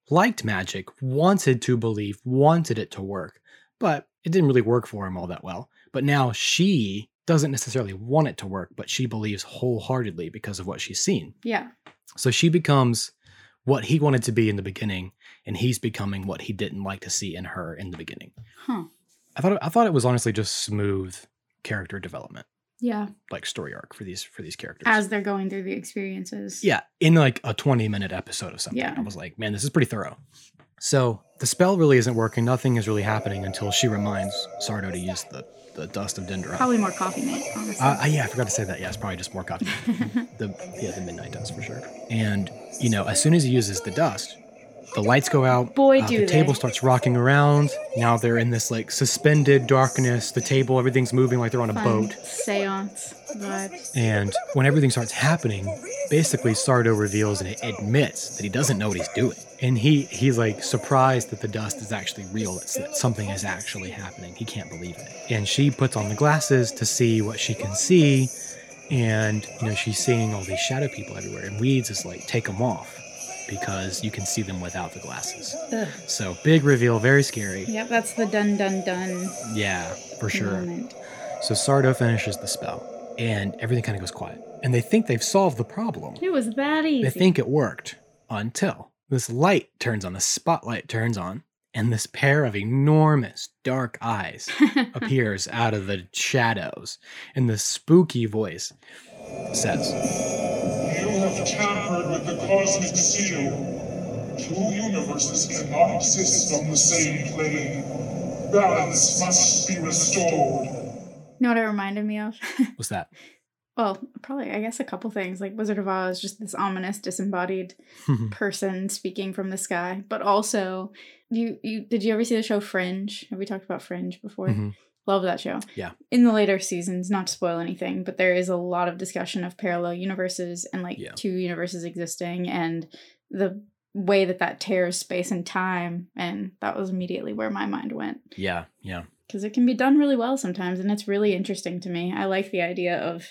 Speaker 3: liked magic, wanted to believe, wanted it to work, but it didn't really work for him all that well. But now she doesn't necessarily want it to work, but she believes wholeheartedly because of what she's seen.
Speaker 2: Yeah.
Speaker 3: So she becomes what he wanted to be in the beginning, and he's becoming what he didn't like to see in her in the beginning.
Speaker 2: Huh.
Speaker 3: I thought I thought it was honestly just smooth character development,
Speaker 2: Yeah.
Speaker 3: like story arc for these for these characters.
Speaker 2: As they're going through the experiences.
Speaker 3: Yeah, in like a 20 minute episode of something.
Speaker 2: Yeah.
Speaker 3: I was like, man, this is pretty thorough. So the spell really isn't working. Nothing is really happening until she reminds Sardo to use the, the dust of Dendron.
Speaker 2: Probably more coffee mate. Honestly.
Speaker 3: Uh, uh, yeah, I forgot to say that. Yeah, it's probably just more coffee. the yeah, the midnight dust for sure. And you know, as soon as he uses the dust, the lights go out. uh,
Speaker 2: Boy, do
Speaker 3: the
Speaker 2: they.
Speaker 3: table starts rocking around. Now they're in this like suspended darkness. The table, everything's moving like they're on a
Speaker 2: Fun
Speaker 3: boat.
Speaker 2: Seance vibes.
Speaker 3: And when everything starts happening, basically Sardo reveals and admits that he doesn't know what he's doing. And he he's like surprised that the dust is actually real, it's, that something is actually happening. He can't believe it. And she puts on the glasses to see what she can see. And, you know, she's seeing all these shadow people everywhere. And Weeds is like, take them off. because you can see them without the glasses.
Speaker 2: Ugh.
Speaker 3: So big reveal, very scary.
Speaker 2: Yep, that's the dun dun dun
Speaker 3: Yeah, for sure.
Speaker 2: moment.
Speaker 3: So Sardo finishes the spell, and everything kind of goes quiet. And they think they've solved the problem.
Speaker 2: It was that easy.
Speaker 3: They think it worked until this light turns on, the spotlight turns on, and this pair of enormous dark eyes appears out of the shadows. And the spooky voice says,
Speaker 8: You have tampered with the cosmic seal. Two universes cannot exist on the same plane. Balance must be restored.
Speaker 2: know what it reminded me of?
Speaker 3: What's that?
Speaker 2: well, probably I guess a couple things like Wizard of Oz, just this ominous disembodied person speaking from the sky. But also, you you did you ever see the show Fringe? Have we talked about Fringe before?
Speaker 3: Mhm.
Speaker 2: Love that show.
Speaker 3: Yeah.
Speaker 2: In the later seasons, not to spoil anything, but there is a lot of discussion of parallel universes and like
Speaker 3: Yeah.
Speaker 2: two universes existing and the way that that tears space and time. And that was immediately where my mind went
Speaker 3: Yeah, yeah.
Speaker 2: because it can be done really well sometimes and it's really interesting to me i like the idea of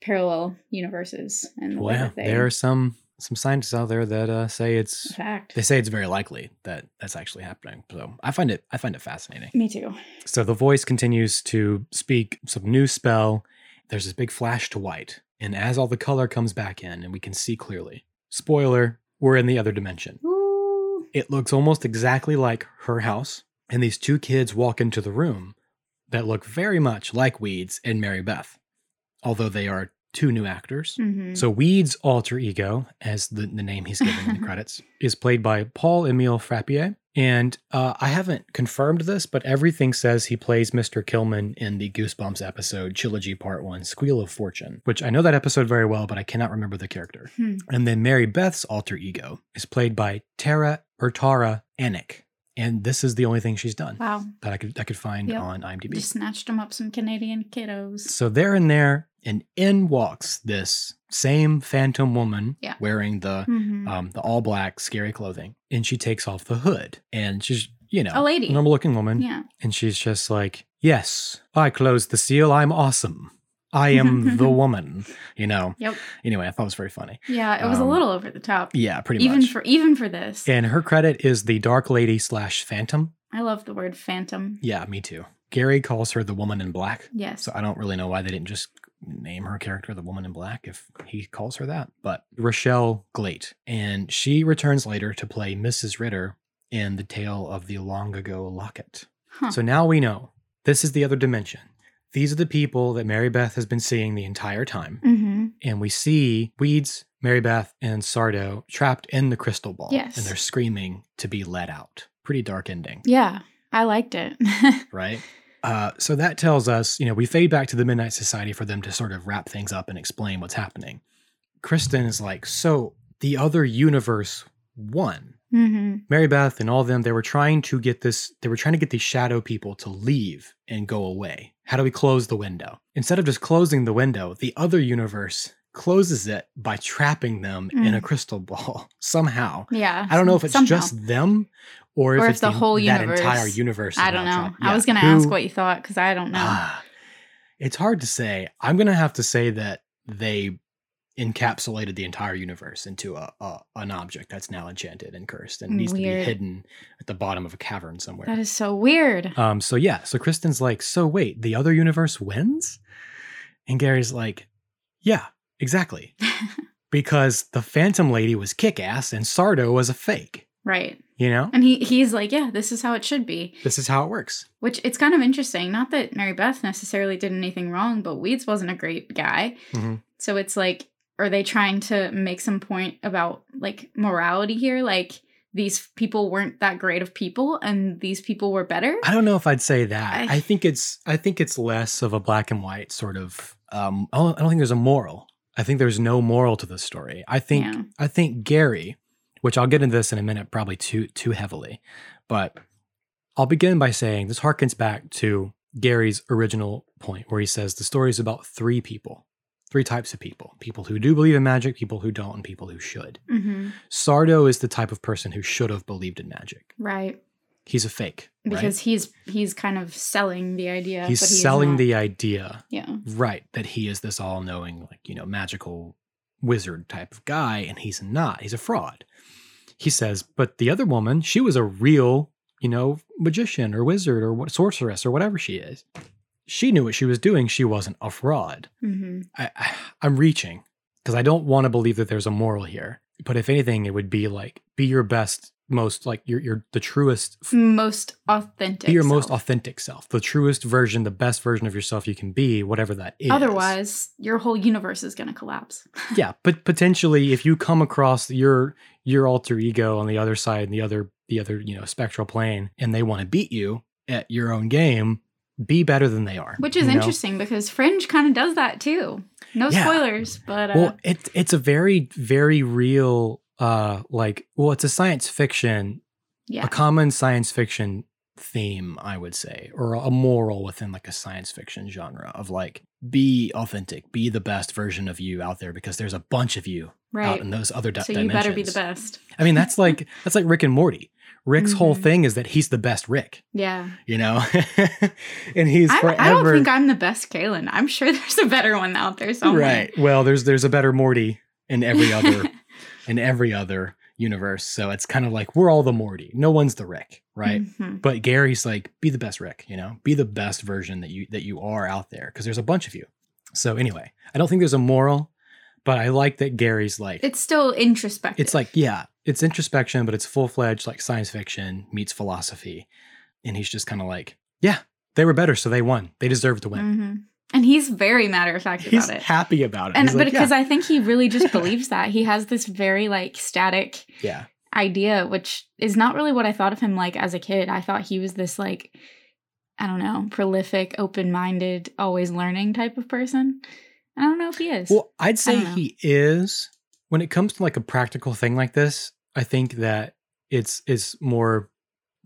Speaker 2: parallel universes and the
Speaker 3: Well,
Speaker 2: way
Speaker 3: yeah,
Speaker 2: that they
Speaker 3: there are some some scientists out there that uh, say it's
Speaker 2: fact
Speaker 3: they say it's very likely that that's actually happening. So I find it I find it fascinating.
Speaker 2: me too
Speaker 3: So the voice continues to speak some new spell. There's this big flash to white. And as all the color comes back in and we can see clearly, spoiler, we're in the other dimension.
Speaker 2: Ooh.
Speaker 3: It looks almost exactly like her house. And these two kids walk into the room that look very much like Weeds and Mary Beth, although they are two new actors.
Speaker 2: Mhm.
Speaker 3: So Weed's alter ego, as the, the name he's given in the credits, is played by Paul Emile Frappier. And uh, I haven't confirmed this, but everything says he plays Mr. Kilman in the Goosebumps episode, Trilogy Part 1, Squeal of Fortune, which I know that episode very well, but I cannot remember the character.
Speaker 2: Hmm.
Speaker 3: And then Mary Beth's alter ego is played by Tara or Tara Anick. And this is the only thing she's done
Speaker 2: wow
Speaker 3: that I could I could find
Speaker 2: Yep.
Speaker 3: on IMDb.
Speaker 2: just snatched them up some canadian kiddos
Speaker 3: So they're in there, and in walks this same phantom woman
Speaker 2: Yeah.
Speaker 3: wearing the
Speaker 2: Mhm.
Speaker 3: um, the all black scary clothing, and she takes off the hood, and she's you know
Speaker 2: A lady.
Speaker 3: normal looking woman,
Speaker 2: Oh, yeah
Speaker 3: and she's just like, "Yes, I closed the seal. I'm awesome. I am the woman." You know.
Speaker 2: Yep.
Speaker 3: Anyway, I thought it was very funny.
Speaker 2: yeah it was
Speaker 3: Um,
Speaker 2: a little over the top
Speaker 3: Yeah, pretty
Speaker 2: even
Speaker 3: much.
Speaker 2: for even for this
Speaker 3: and her credit is the Dark Lady slash Phantom.
Speaker 2: i love the word phantom
Speaker 3: Yeah, me too. Gary calls her the Woman in Black.
Speaker 2: yes
Speaker 3: So I don't really know why they didn't just name her character the woman in black if he calls her that. But Rochelle Glate. And she returns later to play Mrs. Ritter in the tale of the long ago locket.
Speaker 2: Huh.
Speaker 3: So now we know this is the other dimension. These are the people that Mary Beth has been seeing the entire time.
Speaker 2: Mhm.
Speaker 3: And we see Weeds, Mary Beth, and Sardo trapped in the crystal ball.
Speaker 2: Yes.
Speaker 3: And they're screaming to be let out. Pretty dark ending
Speaker 2: yeah i liked it
Speaker 3: right? Uh, so that tells us, you know, we fade back to the Midnight Society for them to sort of wrap things up and explain what's happening. Kristen is like, so the other universe won.
Speaker 2: hmm
Speaker 3: Mary Beth and all of them, they were trying to get this, they were trying to get these shadow people to leave and go away. How do we close the window? Instead of just closing the window, the other universe closes it by trapping them in a crystal ball somehow.
Speaker 2: yeah
Speaker 3: I don't know if it's
Speaker 2: Mm. somehow.
Speaker 3: just them or if,
Speaker 2: Or if
Speaker 3: it's
Speaker 2: the whole
Speaker 3: that
Speaker 2: universe.
Speaker 3: entire universe. is
Speaker 2: i don't know
Speaker 3: now trapped.
Speaker 2: i
Speaker 3: Yeah.
Speaker 2: was gonna
Speaker 3: Who-
Speaker 2: ask what you thought because i don't know
Speaker 3: Ah, it's hard to say. I'm gonna have to say that they encapsulated the entire universe into a, a an object that's now enchanted and cursed and needs to be
Speaker 2: Weird.
Speaker 3: hidden at the bottom of a cavern somewhere.
Speaker 2: that is so weird
Speaker 3: um. So yeah. So Kristen's like, so wait, the other universe wins, and Gary's like, yeah, exactly, because the Phantom Lady was kick ass and Sardo was a fake.
Speaker 2: right
Speaker 3: You know,
Speaker 2: And he he's like, yeah, this is how it should be.
Speaker 3: this is how it works.
Speaker 2: Which it's kind of interesting. Not that Mary Beth necessarily did anything wrong, but Weeds wasn't a great guy.
Speaker 3: Mhm.
Speaker 2: So it's like, are they trying to make some point about like morality here? Like these people weren't that great of people, and these people were better.
Speaker 3: I don't know if I'd say that.
Speaker 2: I-
Speaker 3: I, think it's I think it's less of a black and white sort of. Um, I don't I don't think there's a moral. I think there's no moral to this story. I think
Speaker 2: Yeah.
Speaker 3: I think Gary, which I'll get into this in a minute, probably too too heavily, but I'll begin by saying this harkens back to Gary's original point where he says the story is about three people, three types of people: people who do believe in magic, people who don't, and people who should.
Speaker 2: hmm
Speaker 3: Sardo is the type of person who should have believed in magic.
Speaker 2: Right.
Speaker 3: He's a fake right?
Speaker 2: Because he's he's kind of selling the idea.
Speaker 3: he's
Speaker 2: but he is
Speaker 3: selling
Speaker 2: not.
Speaker 3: the idea
Speaker 2: yeah.
Speaker 3: right that he is this all-knowing like you know magical wizard type of guy and he's not he's a fraud He says, but the other woman, she was a real, you know, magician or wizard or what, sorceress or whatever she is. She knew what she was doing. She wasn't a fraud.
Speaker 2: hmm
Speaker 3: I, I I'm reaching because I don't want to believe that there's a moral here. But if anything, it would be like be your best, most like your your the truest
Speaker 2: Most authentic.
Speaker 3: be your most
Speaker 2: self.
Speaker 3: authentic self, the truest version, the best version of yourself you can be, whatever that is.
Speaker 2: Otherwise, your whole universe is going to collapse.
Speaker 3: yeah, but potentially if you come across your your alter ego on the other side, and the other the other you know spectral plane, and they want to beat you at your own game, be better than they are,
Speaker 2: Which is
Speaker 3: you know?
Speaker 2: interesting because Fringe kind of does that too. No
Speaker 3: Yeah.
Speaker 2: spoilers, but uh,
Speaker 3: Well, it's it's a very very real uh like well it's a science fiction
Speaker 2: yeah.
Speaker 3: a common science fiction theme i would say or a moral within like a science fiction genre of like be authentic be the best version of you out there because there's a bunch of you out
Speaker 2: right.
Speaker 3: in those other di-
Speaker 2: So you
Speaker 3: dimensions
Speaker 2: better be the best.
Speaker 3: i mean that's like that's like rick and morty rick's whole
Speaker 2: Mhm.
Speaker 3: thing is that he's the best rick
Speaker 2: Yeah.
Speaker 3: you know and he's
Speaker 2: I,
Speaker 3: forever
Speaker 2: I don't think I'm the best Kalen. I'm sure there's a better one out there somewhere.
Speaker 3: right well there's there's a better morty in every other in every other universe so it's kind of like we're all the morty no one's the rick right
Speaker 2: Mhm.
Speaker 3: but Gary's like, be the best Rick, you know, be the best version that you that you are out there because there's a bunch of you. So anyway, I don't think there's a moral, but I like that Gary's like it's,
Speaker 2: It's still introspective.
Speaker 3: like yeah, it's introspection, but it's full fledged like science fiction meets philosophy, and he's just kind of like yeah, they were better, so they won, they deserved to win.
Speaker 2: Mhm. And he's very matter of fact
Speaker 3: He's
Speaker 2: about it.
Speaker 3: happy about it,
Speaker 2: and
Speaker 3: He's
Speaker 2: but
Speaker 3: like,
Speaker 2: because
Speaker 3: yeah,
Speaker 2: I think he really just believes that. He has this very like static
Speaker 3: yeah,
Speaker 2: idea, which is not really what I thought of him like as a kid. I thought he was this like, I don't know, prolific, open minded, always learning type of person. I don't know if he is.
Speaker 3: Well, I'd say
Speaker 2: don't know.
Speaker 3: he is. When it comes to like a practical thing like this, I think that it's it's more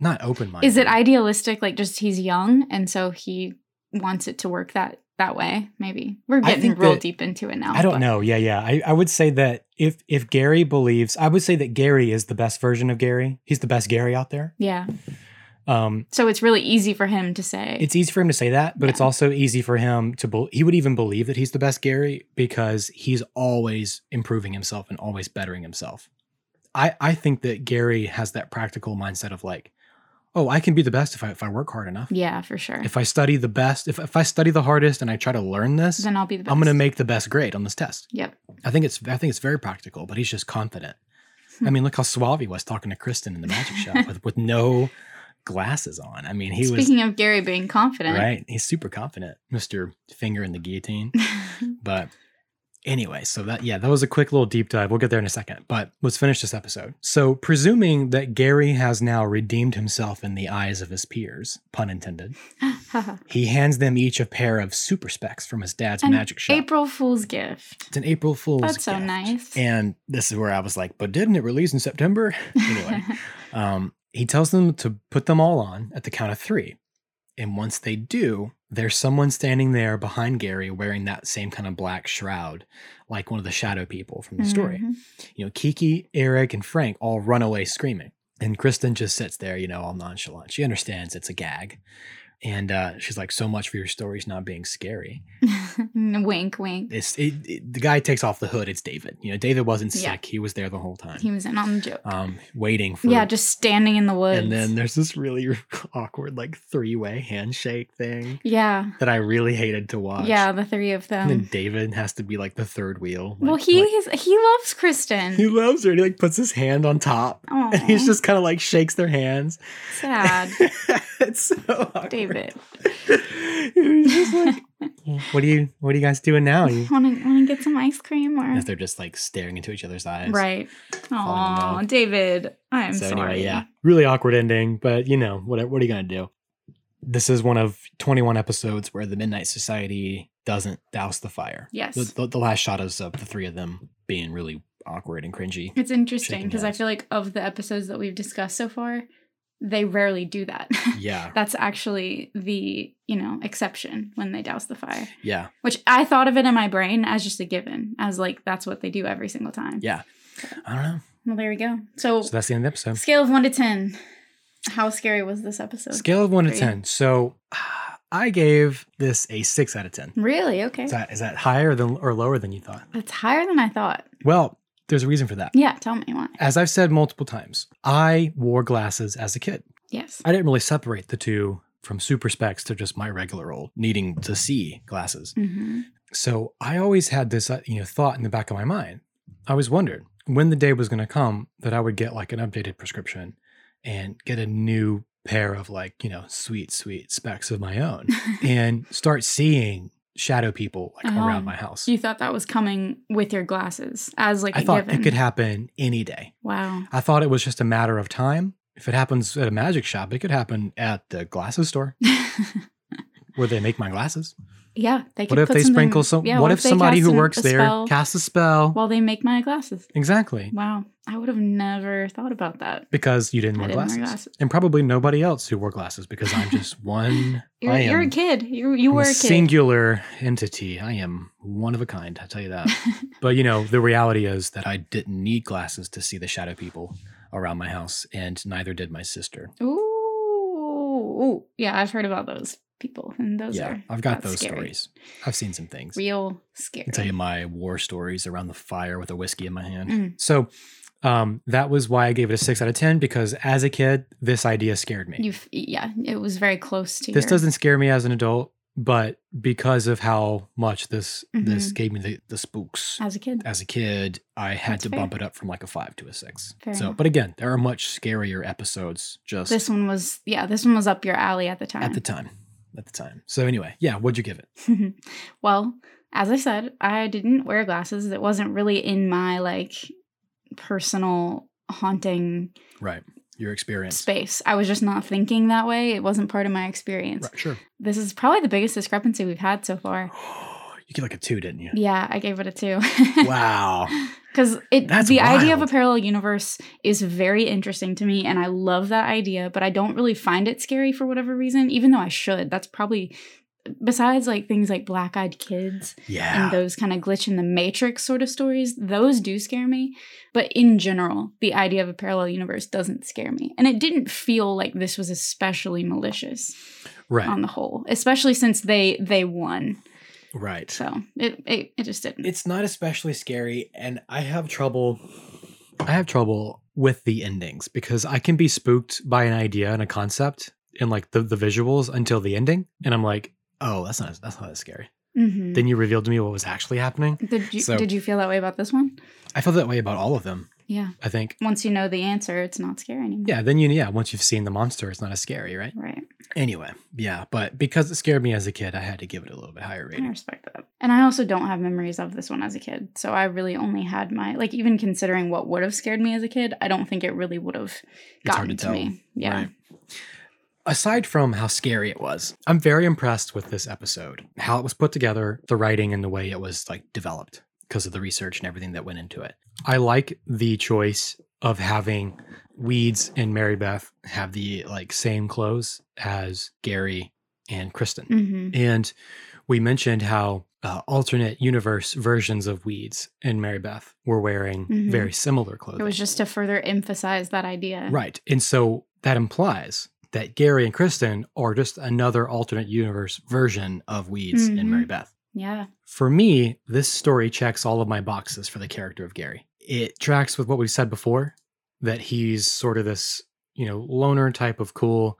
Speaker 3: not open minded.
Speaker 2: is it idealistic? Like, just he's young, and so he wants it to work that that way. Maybe we're getting
Speaker 3: think
Speaker 2: real
Speaker 3: that-
Speaker 2: deep into it now.
Speaker 3: I
Speaker 2: but-
Speaker 3: don't know. Yeah, yeah. I, I would say that if if Gary believes, I would say that Gary is the best version of Gary. He's the best Gary out there.
Speaker 2: Yeah,
Speaker 3: Um,
Speaker 2: so it's really easy for him to say.
Speaker 3: it's easy for him to say that, but it's
Speaker 2: Yeah.
Speaker 3: also easy for him to. Be- he would even believe that he's the best Gary because he's always improving himself and always bettering himself. I I think that Gary has that practical mindset of like, oh, I can be the best if I if I work hard enough.
Speaker 2: yeah, for sure.
Speaker 3: If I study the best, if if I study the hardest and I try to learn this,
Speaker 2: then I'll be the best.
Speaker 3: I'm going to make the best grade on this test.
Speaker 2: Yep.
Speaker 3: I think it's I think it's very practical, but he's just confident.
Speaker 2: Hmm.
Speaker 3: I mean, look how suave he was talking to Kristen in the magic shop with, with no glasses on. I mean, he
Speaker 2: Speaking of Gary being confident,
Speaker 3: was right. He's super confident, Mister Finger in the Guillotine. But anyway, so that yeah, that was a quick little deep dive. We'll get there in a second, but let's finish this episode. So, presuming that Gary has now redeemed himself in the eyes of his peers, pun intended, he hands them each a pair of super specs from his dad's
Speaker 2: An
Speaker 3: magic shop.
Speaker 2: April Fool's gift.
Speaker 3: It's an April Fool's.
Speaker 2: That's so
Speaker 3: gift.
Speaker 2: nice.
Speaker 3: And this is where I was like, but didn't it release in September? anyway, um, he tells them to put them all on at the count of three. And once they do, there's someone standing there behind Gary wearing that same kind of black shroud, like one of the shadow people from the story.
Speaker 2: Mhm.
Speaker 3: You know, Kiki, Eric, and Frank all run away screaming. And Kristen just sits there, you know, all nonchalant. She understands it's a gag. And uh, she's like, so much for your stories not being scary
Speaker 2: Mm-hmm. wink, wink.
Speaker 3: it's it, it- the guy takes off the hood. It's David. You know, David wasn't
Speaker 2: Yeah.
Speaker 3: sick. He was there the whole time,
Speaker 2: He was in on the joke.
Speaker 3: um, waiting for.
Speaker 2: yeah, just standing in the woods.
Speaker 3: and then there's this really awkward like three way handshake thing
Speaker 2: yeah,
Speaker 3: that I really hated to watch.
Speaker 2: yeah, the three of
Speaker 3: And then
Speaker 2: them.
Speaker 3: David has to be like the third wheel.
Speaker 2: well,
Speaker 3: like-
Speaker 2: he
Speaker 3: like,
Speaker 2: is, he loves Kristen.
Speaker 3: he loves her. And he like puts his hand on top,
Speaker 2: Aw,
Speaker 3: and he's just kind of like shakes their hands.
Speaker 2: sad.
Speaker 3: it's so awkward.
Speaker 2: David,
Speaker 3: It was just like, what are you? What are you guys doing now? You-
Speaker 2: want to want to get some ice cream or
Speaker 3: As they're just like staring into each other's eyes,
Speaker 2: right?
Speaker 3: falling in
Speaker 2: Oh,
Speaker 3: love.
Speaker 2: David, I'm
Speaker 3: so
Speaker 2: sorry.
Speaker 3: anyway, yeah, really awkward ending, but you know what? What are you gonna do? This is one of 21 episodes where the Midnight Society doesn't douse the fire.
Speaker 2: Yes.
Speaker 3: The, the, the last shot is of the three of them being really awkward and cringy.
Speaker 2: It's interesting
Speaker 3: Shaking
Speaker 2: because I
Speaker 3: hands.
Speaker 2: feel like of the episodes that we've discussed so far, they rarely do that.
Speaker 3: Yeah,
Speaker 2: That's actually the, you know, exception when they douse the fire.
Speaker 3: yeah,
Speaker 2: Which I thought of it in my brain as just a given, as like that's what they do every single time.
Speaker 3: yeah. I don't know.
Speaker 2: Well, there we go. So,
Speaker 3: So um, that's the end of the episode.
Speaker 2: scale of one to ten, how scary was this episode?
Speaker 3: Scale of one to
Speaker 2: Three.
Speaker 3: ten. So ah, I gave this a six out of ten.
Speaker 2: Really? Okay.
Speaker 3: Is that is that higher than or lower than you thought?
Speaker 2: That's higher than I thought.
Speaker 3: Well, There's a reason for that.
Speaker 2: Yeah, tell me why.
Speaker 3: As I've said multiple times, I wore glasses as a kid.
Speaker 2: Yes.
Speaker 3: I didn't really separate the two from super specs to just my regular old needing to see glasses.
Speaker 2: hmm
Speaker 3: So I always had this, uh, you know, thought in the back of my mind. I always wondered when the day was going to come that I would get like an updated prescription and get a new pair of like, you know, sweet, sweet specs of my own and start seeing shadow people like
Speaker 2: Oh.
Speaker 3: around my house.
Speaker 2: you thought that was coming with your glasses as like
Speaker 3: I
Speaker 2: a
Speaker 3: thought
Speaker 2: given.
Speaker 3: it could happen any day.
Speaker 2: wow.
Speaker 3: I thought it was just a matter of time. If it happens at a magic shop, it could happen at the glasses store where they make my glasses.
Speaker 2: yeah, they could
Speaker 3: What if
Speaker 2: put
Speaker 3: they
Speaker 2: something-
Speaker 3: sprinkle some?
Speaker 2: yeah,
Speaker 3: what, if,
Speaker 2: they
Speaker 3: somebody
Speaker 2: cast
Speaker 3: who
Speaker 2: an-
Speaker 3: works
Speaker 2: a
Speaker 3: there
Speaker 2: spell
Speaker 3: casts a spell?
Speaker 2: while they make my glasses?
Speaker 3: exactly.
Speaker 2: Wow, I would have never thought about that.
Speaker 3: Because you didn't,
Speaker 2: I
Speaker 3: wear,
Speaker 2: didn't wear
Speaker 3: glasses.
Speaker 2: glasses.
Speaker 3: And probably nobody else who wore glasses because I'm just one.
Speaker 2: You're,
Speaker 3: I am
Speaker 2: you're a kid. You you
Speaker 3: I'm
Speaker 2: were
Speaker 3: a
Speaker 2: a kid.
Speaker 3: singular entity. I am one of a kind, I tell you that. but you know, the reality is that I didn't need glasses to see the shadow people around my house, and neither did my sister.
Speaker 2: Ooh, ooh, yeah, I've heard about those people, and those
Speaker 3: yeah,
Speaker 2: are
Speaker 3: I've got
Speaker 2: that's
Speaker 3: those
Speaker 2: scary.
Speaker 3: stories. I've seen some things.
Speaker 2: Real scary.
Speaker 3: I tell you my war stories around the fire with a whiskey in my hand.
Speaker 2: Mm.
Speaker 3: So um, that was why I gave it a six out of 10 because as a kid, this idea scared me.
Speaker 2: You f- yeah, it was very close to
Speaker 3: this
Speaker 2: your-
Speaker 3: doesn't scare me as an adult but because of how much this this
Speaker 2: Mhm.
Speaker 3: gave me the, the spooks
Speaker 2: as a kid.
Speaker 3: as a kid i had
Speaker 2: Uh-huh. That's
Speaker 3: to
Speaker 2: fair.
Speaker 3: bump it up from like a five to a six
Speaker 2: Fair
Speaker 3: so
Speaker 2: enough.
Speaker 3: but again there are much scarier episodes just
Speaker 2: This one was yeah, this one was up your alley at the time.
Speaker 3: at the time at the time so anyway yeah what'd you give it
Speaker 2: well, as I said, I didn't wear glasses. It wasn't really in my like personal haunting
Speaker 3: right your experience
Speaker 2: space. I was just not thinking that way. It wasn't part of my experience.
Speaker 3: right Oh, sure
Speaker 2: This is probably the biggest discrepancy we've had so far.
Speaker 3: you gave like a two didn't you
Speaker 2: Yeah, I gave it a two.
Speaker 3: wow
Speaker 2: Because it
Speaker 3: That's
Speaker 2: the idea of a
Speaker 3: wild.
Speaker 2: parallel universe is very interesting to me, and I love that idea, but I don't really find it scary for whatever reason, even though I should. That's probably besides like things like black eyed kids
Speaker 3: yeah
Speaker 2: and those kind of glitch in the matrix sort of stories, those do scare me. But in general, the idea of a parallel universe doesn't scare me. And it didn't feel like this was especially malicious
Speaker 3: right
Speaker 2: on the whole, especially since they they won.
Speaker 3: right
Speaker 2: So it it, it just didn't.
Speaker 3: it's not especially scary and i have trouble i have trouble with the endings because i can be spooked by an idea and a concept and like the, the visuals until the ending and i'm like oh that's not that's not as scary Mm.
Speaker 2: Mhm.
Speaker 3: then you revealed to me what was actually happening
Speaker 2: Did you,
Speaker 3: So-
Speaker 2: did you feel that way about this one?
Speaker 3: i felt that way about all of them
Speaker 2: Yeah.
Speaker 3: i think
Speaker 2: Once you know the answer, it's not scary anymore.
Speaker 3: yeah then you yeah once you've seen the monster it's not as scary right
Speaker 2: Right.
Speaker 3: anyway yeah but because it scared me as a kid i had to give it a little bit higher
Speaker 2: I
Speaker 3: rating
Speaker 2: respect that. And I also don't have memories of this one as a kid. So I really only had my, like, even considering what would have scared me as a kid, I don't think it really would have
Speaker 3: it's hard to
Speaker 2: gotten to,
Speaker 3: tell
Speaker 2: me. Yeah.
Speaker 3: Right. aside from how scary it was, I'm very impressed with this episode, how it was put together, the writing, and the way it was like developed because of the research and everything that went into it. I like the choice of having Weeds and Mary Beth have the like same clothes as Gary and Kristen.
Speaker 2: Mm-hmm.
Speaker 3: And we mentioned how uh, alternate universe versions of Weeds and Mary Beth were wearing
Speaker 2: Mhm.
Speaker 3: very similar clothing.
Speaker 2: It was just to further emphasize that idea.
Speaker 3: Right. And so that implies that Gary and Kristen are just another alternate universe version of Weeds and Mary Beth.
Speaker 2: Yeah.
Speaker 3: For me, this story checks all of my boxes for the character of Gary. It tracks with what we've said before that he's sort of this, you know, loner type of cool,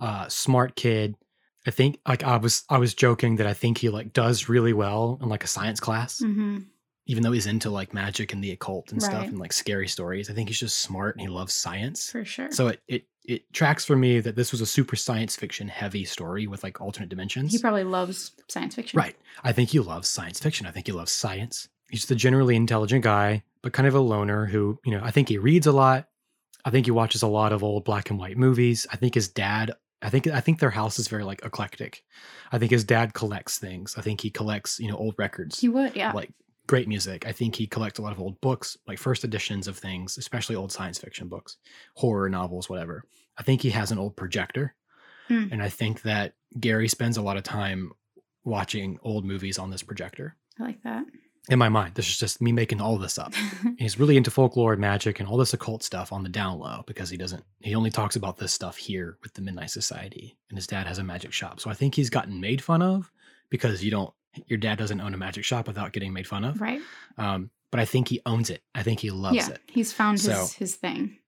Speaker 3: uh, smart kid. I think like I was I was joking that I think he like does really well in like a science class
Speaker 2: Mm-hmm.
Speaker 3: even though he's into like magic and the occult and stuff
Speaker 2: Right.
Speaker 3: and like scary stories, I think he's just smart and he loves science.
Speaker 2: For sure.
Speaker 3: So it it it tracks for me that this was a super science fiction heavy story with like alternate dimensions.
Speaker 2: he probably loves science fiction.
Speaker 3: right. I think he loves science fiction. I think he loves science. He's just a generally intelligent guy, but kind of a loner who, you know, I think he reads a lot. I think he watches a lot of old black and white movies. I think his dad I think I think their house is very like eclectic. I think his dad collects things. I think he collects, you know, old records
Speaker 2: He would. Yeah.
Speaker 3: like great music. I think he collects a lot of old books, like first editions of things, especially old science fiction books, horror novels, whatever. I think he has an old projector.
Speaker 2: Hmm.
Speaker 3: And I think that Gary spends a lot of time watching old movies on this projector.
Speaker 2: I like that.
Speaker 3: In my mind, this is just me making all this up. He's really into folklore and magic and all this occult stuff on the down low because he doesn't, he only talks about this stuff here with the Midnight Society. And his dad has a magic shop. So I think he's gotten made fun of because you don't Your dad doesn't own a magic shop without getting made fun of.
Speaker 2: right?
Speaker 3: Um, but I think he owns it. I think he loves
Speaker 2: Yeah,
Speaker 3: it.
Speaker 2: he's found his
Speaker 3: So-
Speaker 2: his thing.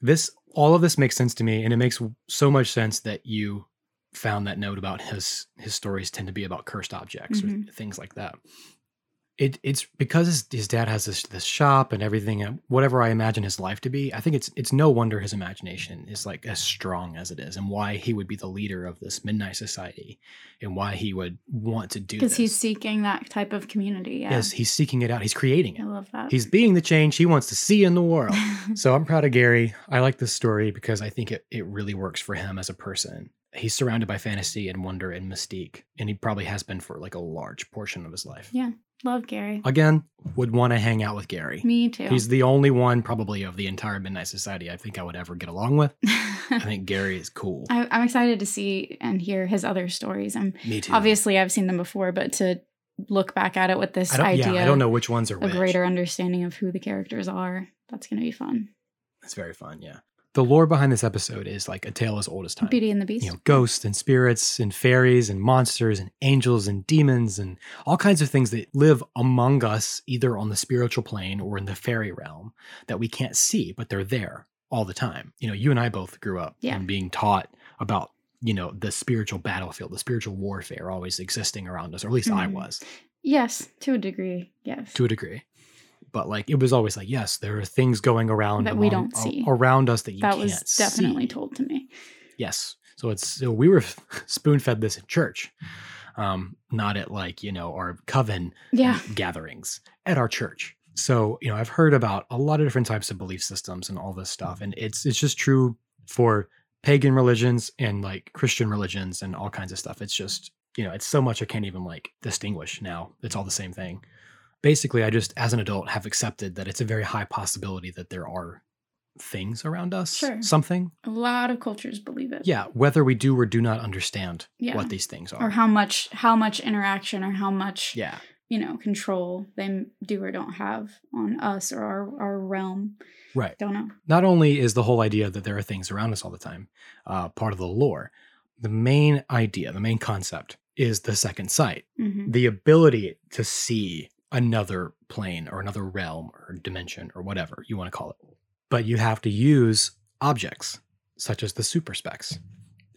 Speaker 3: This all of this makes sense to me, and it makes so much sense that you found that note about his his stories tend to be about cursed objects or
Speaker 2: Mhm.
Speaker 3: things like that. It it's because his, his dad has this this shop and everything, uh, whatever I imagine his life to be. I think it's it's no wonder his imagination is like as strong as it is, and why he would be the leader of this midnight society, and why he would want to do
Speaker 2: Because
Speaker 3: this.
Speaker 2: he's seeking that type of community. Yeah.
Speaker 3: yes, he's seeking it out. He's creating
Speaker 2: I
Speaker 3: it.
Speaker 2: love that.
Speaker 3: He's being the change he wants to see in the world. So I'm proud of Gary. I like this story because I think it, it really works for him as a person. He's surrounded by fantasy and wonder and mystique, and he probably has been for like a large portion of his life.
Speaker 2: Yeah. love Gary.
Speaker 3: Again, would want to hang out with Gary.
Speaker 2: Me too.
Speaker 3: He's the only one, probably, of the entire Midnight Society I think I would ever get along with. I think Gary is cool.
Speaker 2: I, I'm excited to see and hear his other stories. I'm
Speaker 3: Me too.
Speaker 2: obviously I've seen them before, but to look back at it with this
Speaker 3: I don't,
Speaker 2: idea,
Speaker 3: yeah, I don't know which ones are
Speaker 2: a
Speaker 3: which.
Speaker 2: greater understanding of who the characters are. That's going to be fun.
Speaker 3: It's very fun. Yeah. The lore behind this episode is like a tale as old as time.
Speaker 2: Beauty and the Beast.
Speaker 3: you know, ghosts and spirits and fairies and monsters and angels and demons and all kinds of things that live among us, either on the spiritual plane or in the fairy realm that we can't see, but they're there all the time. You know, you and I both grew up
Speaker 2: Yeah.
Speaker 3: and being taught about, you know, the spiritual battlefield, the spiritual warfare always existing around us, or at least I
Speaker 2: Mhm.
Speaker 3: was
Speaker 2: Yes, to a degree. Yes.
Speaker 3: to a degree. But like it was always like, yes, there are things going around
Speaker 2: That we
Speaker 3: among-
Speaker 2: don't see.
Speaker 3: around us that you
Speaker 2: that
Speaker 3: can't
Speaker 2: was definitely
Speaker 3: see.
Speaker 2: told to me.
Speaker 3: Yes. So it's so we were spoon fed this in church, um, not at like you know our coven
Speaker 2: Yeah.
Speaker 3: gatherings at our church. So you know I've heard about a lot of different types of belief systems and all this stuff, and it's it's just true for pagan religions and like Christian religions and all kinds of stuff. It's just you know it's so much I can't even like distinguish now. It's all the same thing. Basically, I just as an adult have accepted that it's a very high possibility that there are things around us,
Speaker 2: Sure.
Speaker 3: something
Speaker 2: A lot of cultures believe it.
Speaker 3: yeah whether we do or do not understand
Speaker 2: Yeah.
Speaker 3: what these things are
Speaker 2: Or how much how much interaction or how much
Speaker 3: yeah
Speaker 2: you know control they m- do or don't have on us or our, our realm.
Speaker 3: right
Speaker 2: Don't know.
Speaker 3: not only is the whole idea that there are things around us all the time uh, part of the lore the main idea the main concept is the second sight
Speaker 2: hmm
Speaker 3: the ability to see another plane or another realm or dimension or whatever you want to call it but you have to use objects such as the super specs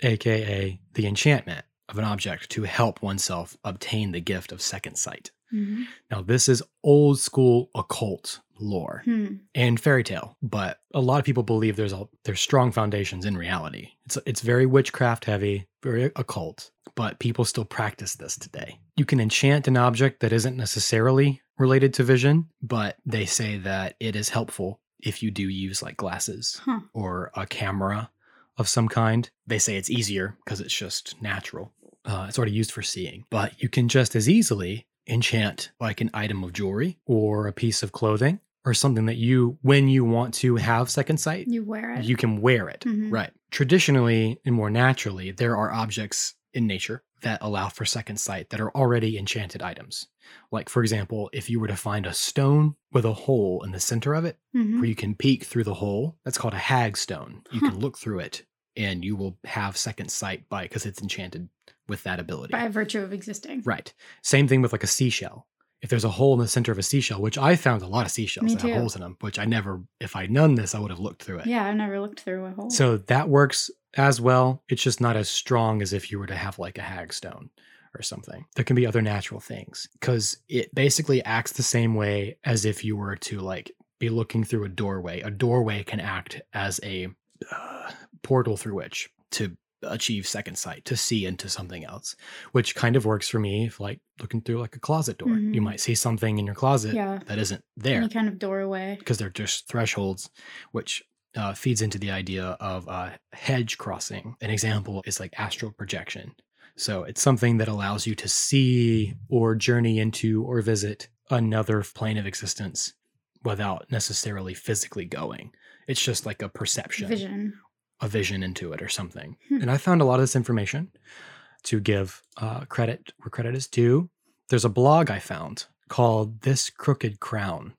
Speaker 3: aka the enchantment of an object to help oneself obtain the gift of second sight
Speaker 2: hmm
Speaker 3: Now, this is old school occult lore
Speaker 2: Hmm.
Speaker 3: and fairy tale, but a lot of people believe there's a, there's strong foundations in reality. It's it's very witchcraft heavy, very occult, but people still practice this today. You can enchant an object that isn't necessarily related to vision, but they say that it is helpful if you do use like glasses
Speaker 2: Huh.
Speaker 3: or a camera of some kind. They say it's easier because it's just natural. Uh, it's already used for seeing, but you can just as easily enchant like an item of jewelry or a piece of clothing or something that you, when you want to have second sight,
Speaker 2: You wear it.
Speaker 3: you can wear it.
Speaker 2: Mhm.
Speaker 3: Right. Traditionally and more naturally, there are objects in nature that allow for second sight that are already enchanted items. Like, for example, if you were to find a stone with a hole in the center of it,
Speaker 2: Mhm.
Speaker 3: where you can peek through the hole. That's called a hag stone. You
Speaker 2: Huh.
Speaker 3: can look through it and you will have second sight by because it's enchanted with that ability.
Speaker 2: by virtue of existing.
Speaker 3: Right. Same thing with like a seashell. If there's a hole in the center of a seashell, which I found a lot of seashells
Speaker 2: Me
Speaker 3: that have
Speaker 2: too.
Speaker 3: holes in them, which I never, if I'd known this, I would have looked through it.
Speaker 2: Yeah, I've never looked through a hole.
Speaker 3: So that works as well. It's just not as strong as if you were to have like a hag stone or something. There can be other natural things because it basically acts the same way as if you were to like be looking through a doorway. A doorway can act as a uh, portal through which to achieve second sight, to see into something else, which kind of works for me if like looking through like a closet door. You
Speaker 2: Mhm.
Speaker 3: might see something in your closet
Speaker 2: yeah,
Speaker 3: that isn't there
Speaker 2: any kind of doorway.
Speaker 3: because they're just thresholds, which uh, feeds into the idea of uh, hedge crossing. An example is like astral projection. So it's something that allows you to see or journey into or visit another plane of existence without necessarily physically going. It's just like a perception,
Speaker 2: Vision.
Speaker 3: a vision into it or something.
Speaker 2: Hmm.
Speaker 3: And I found a lot of this information to give uh, credit where credit is due. There's a blog I found called This Crooked Crown,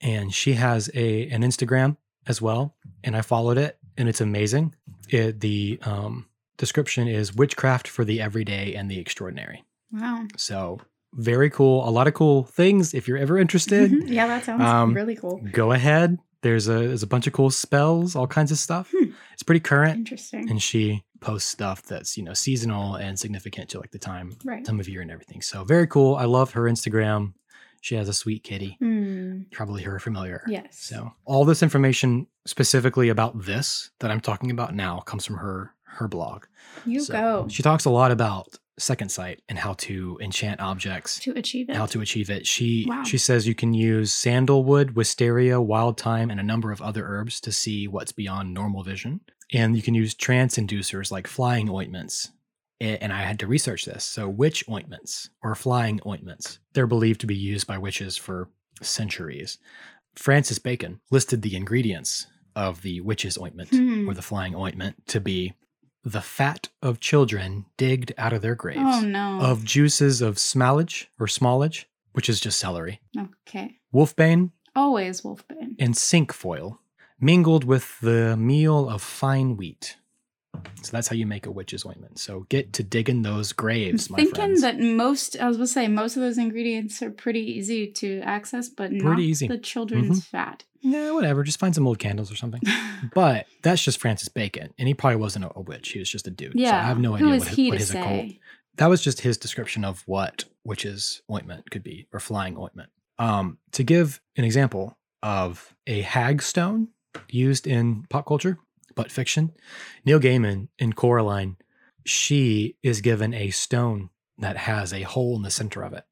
Speaker 3: and she has a an Instagram as well, and I followed it, and it's amazing. It, the um, description is witchcraft for the everyday and the extraordinary.
Speaker 2: Wow.
Speaker 3: So Very cool. A lot of cool things. If you're ever interested,
Speaker 2: Mhm. Yeah, that sounds
Speaker 3: Um,
Speaker 2: really cool.
Speaker 3: go ahead. There's a there's a bunch of cool spells, all kinds of stuff.
Speaker 2: Hmm.
Speaker 3: It's pretty current.
Speaker 2: Interesting.
Speaker 3: And she posts stuff that's you know seasonal and significant to like the time
Speaker 2: right.
Speaker 3: time of year and everything. So very cool. I love her Instagram. She has a sweet kitty.
Speaker 2: Mm,
Speaker 3: Probably her familiar.
Speaker 2: yes.
Speaker 3: So all this information specifically about this that I'm talking about now comes from her her blog.
Speaker 2: you
Speaker 3: So
Speaker 2: go
Speaker 3: She talks a lot about second sight and how to enchant objects
Speaker 2: to achieve it. Oh,
Speaker 3: how to achieve it. She
Speaker 2: Wow.
Speaker 3: she says you can use sandalwood, wisteria, wild thyme, and a number of other herbs to see what's beyond normal vision. And you can use trance inducers like flying ointments. A- And I had to research this. So witch ointments or flying ointments, they're believed to be used by witches for centuries. Francis Bacon listed the ingredients of the witch's ointment
Speaker 2: Hmm.
Speaker 3: or the flying ointment to be the fat of children digged out of their graves
Speaker 2: oh no.
Speaker 3: of juices of smallage or smallage, which is just celery,
Speaker 2: okay.
Speaker 3: wolfbane,
Speaker 2: Always wolfbane.
Speaker 3: and sink foil, mingled with the meal of fine wheat. So that's how you make a witch's ointment. So get to digging those
Speaker 2: I'm
Speaker 3: graves, my
Speaker 2: thinking
Speaker 3: friends.
Speaker 2: that most, I was going to say, most of those ingredients are pretty easy to access, but not
Speaker 3: Pretty easy. Mm-hmm.
Speaker 2: the children's fat.
Speaker 3: yeah, whatever. Just find some old candles or something. But that's just Francis Bacon, and he probably wasn't a, a witch. He was just a dude.
Speaker 2: yeah.
Speaker 3: So I have no idea
Speaker 2: Who is
Speaker 3: what, his-
Speaker 2: he
Speaker 3: what
Speaker 2: to
Speaker 3: his occult
Speaker 2: say?
Speaker 3: that was just his description of what witch's ointment could be or flying ointment. Um, to give an example of a hagstone used in pop culture, but fiction, Neil Gaiman in Coraline, she is given a stone that has a hole in the center of it.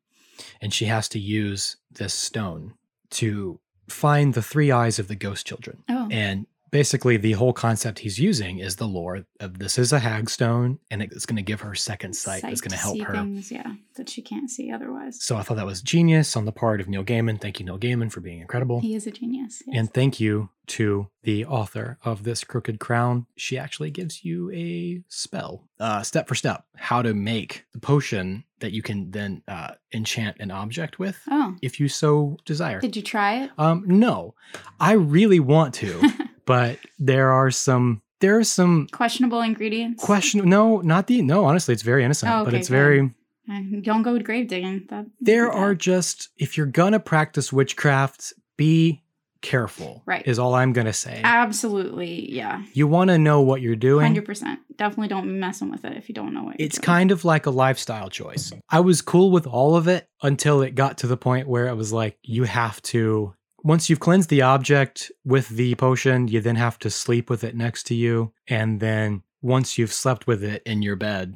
Speaker 3: And she has to use this stone to find the three eyes of the ghost children.
Speaker 2: Oh.
Speaker 3: And basically, the whole concept he's using is the lore of this is a hagstone, and it's going to give her second sight. That's
Speaker 2: sight
Speaker 3: going to
Speaker 2: to
Speaker 3: help
Speaker 2: see
Speaker 3: her.
Speaker 2: Things, yeah, that she can't see otherwise.
Speaker 3: So I thought that was genius on the part of Neil Gaiman. Thank you, Neil Gaiman, for being incredible.
Speaker 2: He is a genius. yes.
Speaker 3: And thank you to the author of this Crooked Crown. She actually gives you a spell, uh, step for step, how to make the potion that you can then uh, enchant an object with,
Speaker 2: oh,
Speaker 3: if you so desire.
Speaker 2: did you try it?
Speaker 3: Um, no, I really want to, but there are some there are some
Speaker 2: Questionable ingredients.
Speaker 3: question. No, not the no. Honestly, it's very innocent,
Speaker 2: Oh,
Speaker 3: but
Speaker 2: okay,
Speaker 3: it's
Speaker 2: good.
Speaker 3: very.
Speaker 2: Uh, Don't go grave digging. That,
Speaker 3: There
Speaker 2: that-
Speaker 3: are just if you're gonna practice witchcraft, be careful.
Speaker 2: Right.
Speaker 3: is all I'm gonna say.
Speaker 2: absolutely, yeah,
Speaker 3: you want to know what you're doing.
Speaker 2: hundred percent. Definitely don't mess with it if you don't know what. You're
Speaker 3: It's
Speaker 2: doing.
Speaker 3: kind of like a lifestyle choice. I was cool with all of it until it got to the point where it was like, you have to, once you've cleansed the object with the potion, you then have to sleep with it next to you. And then once you've slept with it in your bed,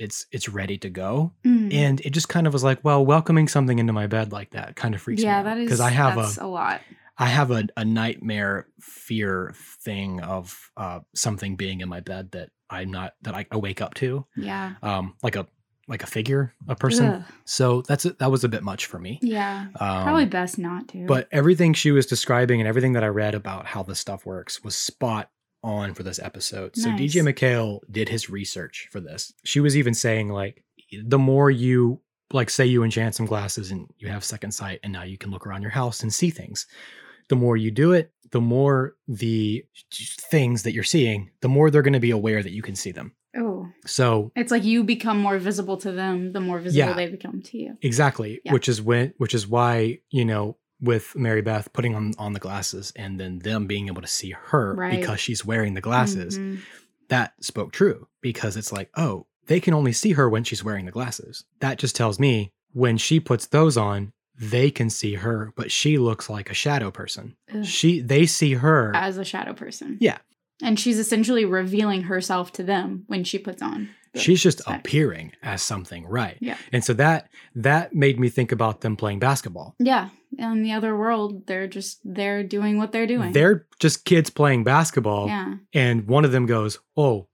Speaker 3: it's it's ready to go.
Speaker 2: Mm.
Speaker 3: And it just kind of was like, well, welcoming something into my bed like that kind of freaks
Speaker 2: yeah,
Speaker 3: me out.
Speaker 2: that is
Speaker 3: Because I have
Speaker 2: that's
Speaker 3: a
Speaker 2: a, lot.
Speaker 9: I have a, a nightmare fear thing of uh, something being in my bed that I'm not that I, I wake up to,
Speaker 2: Yeah,
Speaker 9: um, like a like a figure, a person.
Speaker 2: Ugh.
Speaker 9: So that's a, that was a bit much for me.
Speaker 2: Yeah,
Speaker 9: Um,
Speaker 2: Mm, probably best not to.
Speaker 3: But everything she was describing and everything that I read about how this stuff works was spot on for this episode. So DJ
Speaker 2: Nice.
Speaker 3: McHale did his research for this. She was even saying like the more you like say you enchant some glasses and you have second sight and now you can look around your house and see things. The more you do it, the more the things that you're seeing, the more they're going to be aware that you can see them.
Speaker 2: oh,
Speaker 3: So
Speaker 2: it's like you become more visible to them. The more visible
Speaker 3: Yeah.
Speaker 2: they become to you.
Speaker 3: Exactly,
Speaker 2: Yeah.
Speaker 3: which is when, which is why you know, with Mary Beth putting on on the glasses and then them being able to see her
Speaker 2: Right.
Speaker 3: because she's wearing the glasses,
Speaker 2: Mhm.
Speaker 3: that spoke true because it's like, oh, they can only see her when she's wearing the glasses. That just tells me when she puts those on, they can see her, but she looks like a shadow person.
Speaker 2: Ugh.
Speaker 3: She they see her.
Speaker 2: as a shadow person.
Speaker 3: Yeah.
Speaker 2: And she's essentially revealing herself to them when she puts on. the
Speaker 3: She's just
Speaker 2: spec.
Speaker 3: appearing as something, right?
Speaker 2: Yeah.
Speaker 3: And so that that made me think about them playing basketball.
Speaker 2: Yeah. In the other world, they're just they're doing what they're doing.
Speaker 3: They're just kids playing basketball.
Speaker 2: yeah.
Speaker 3: and one of them goes, "Oh!"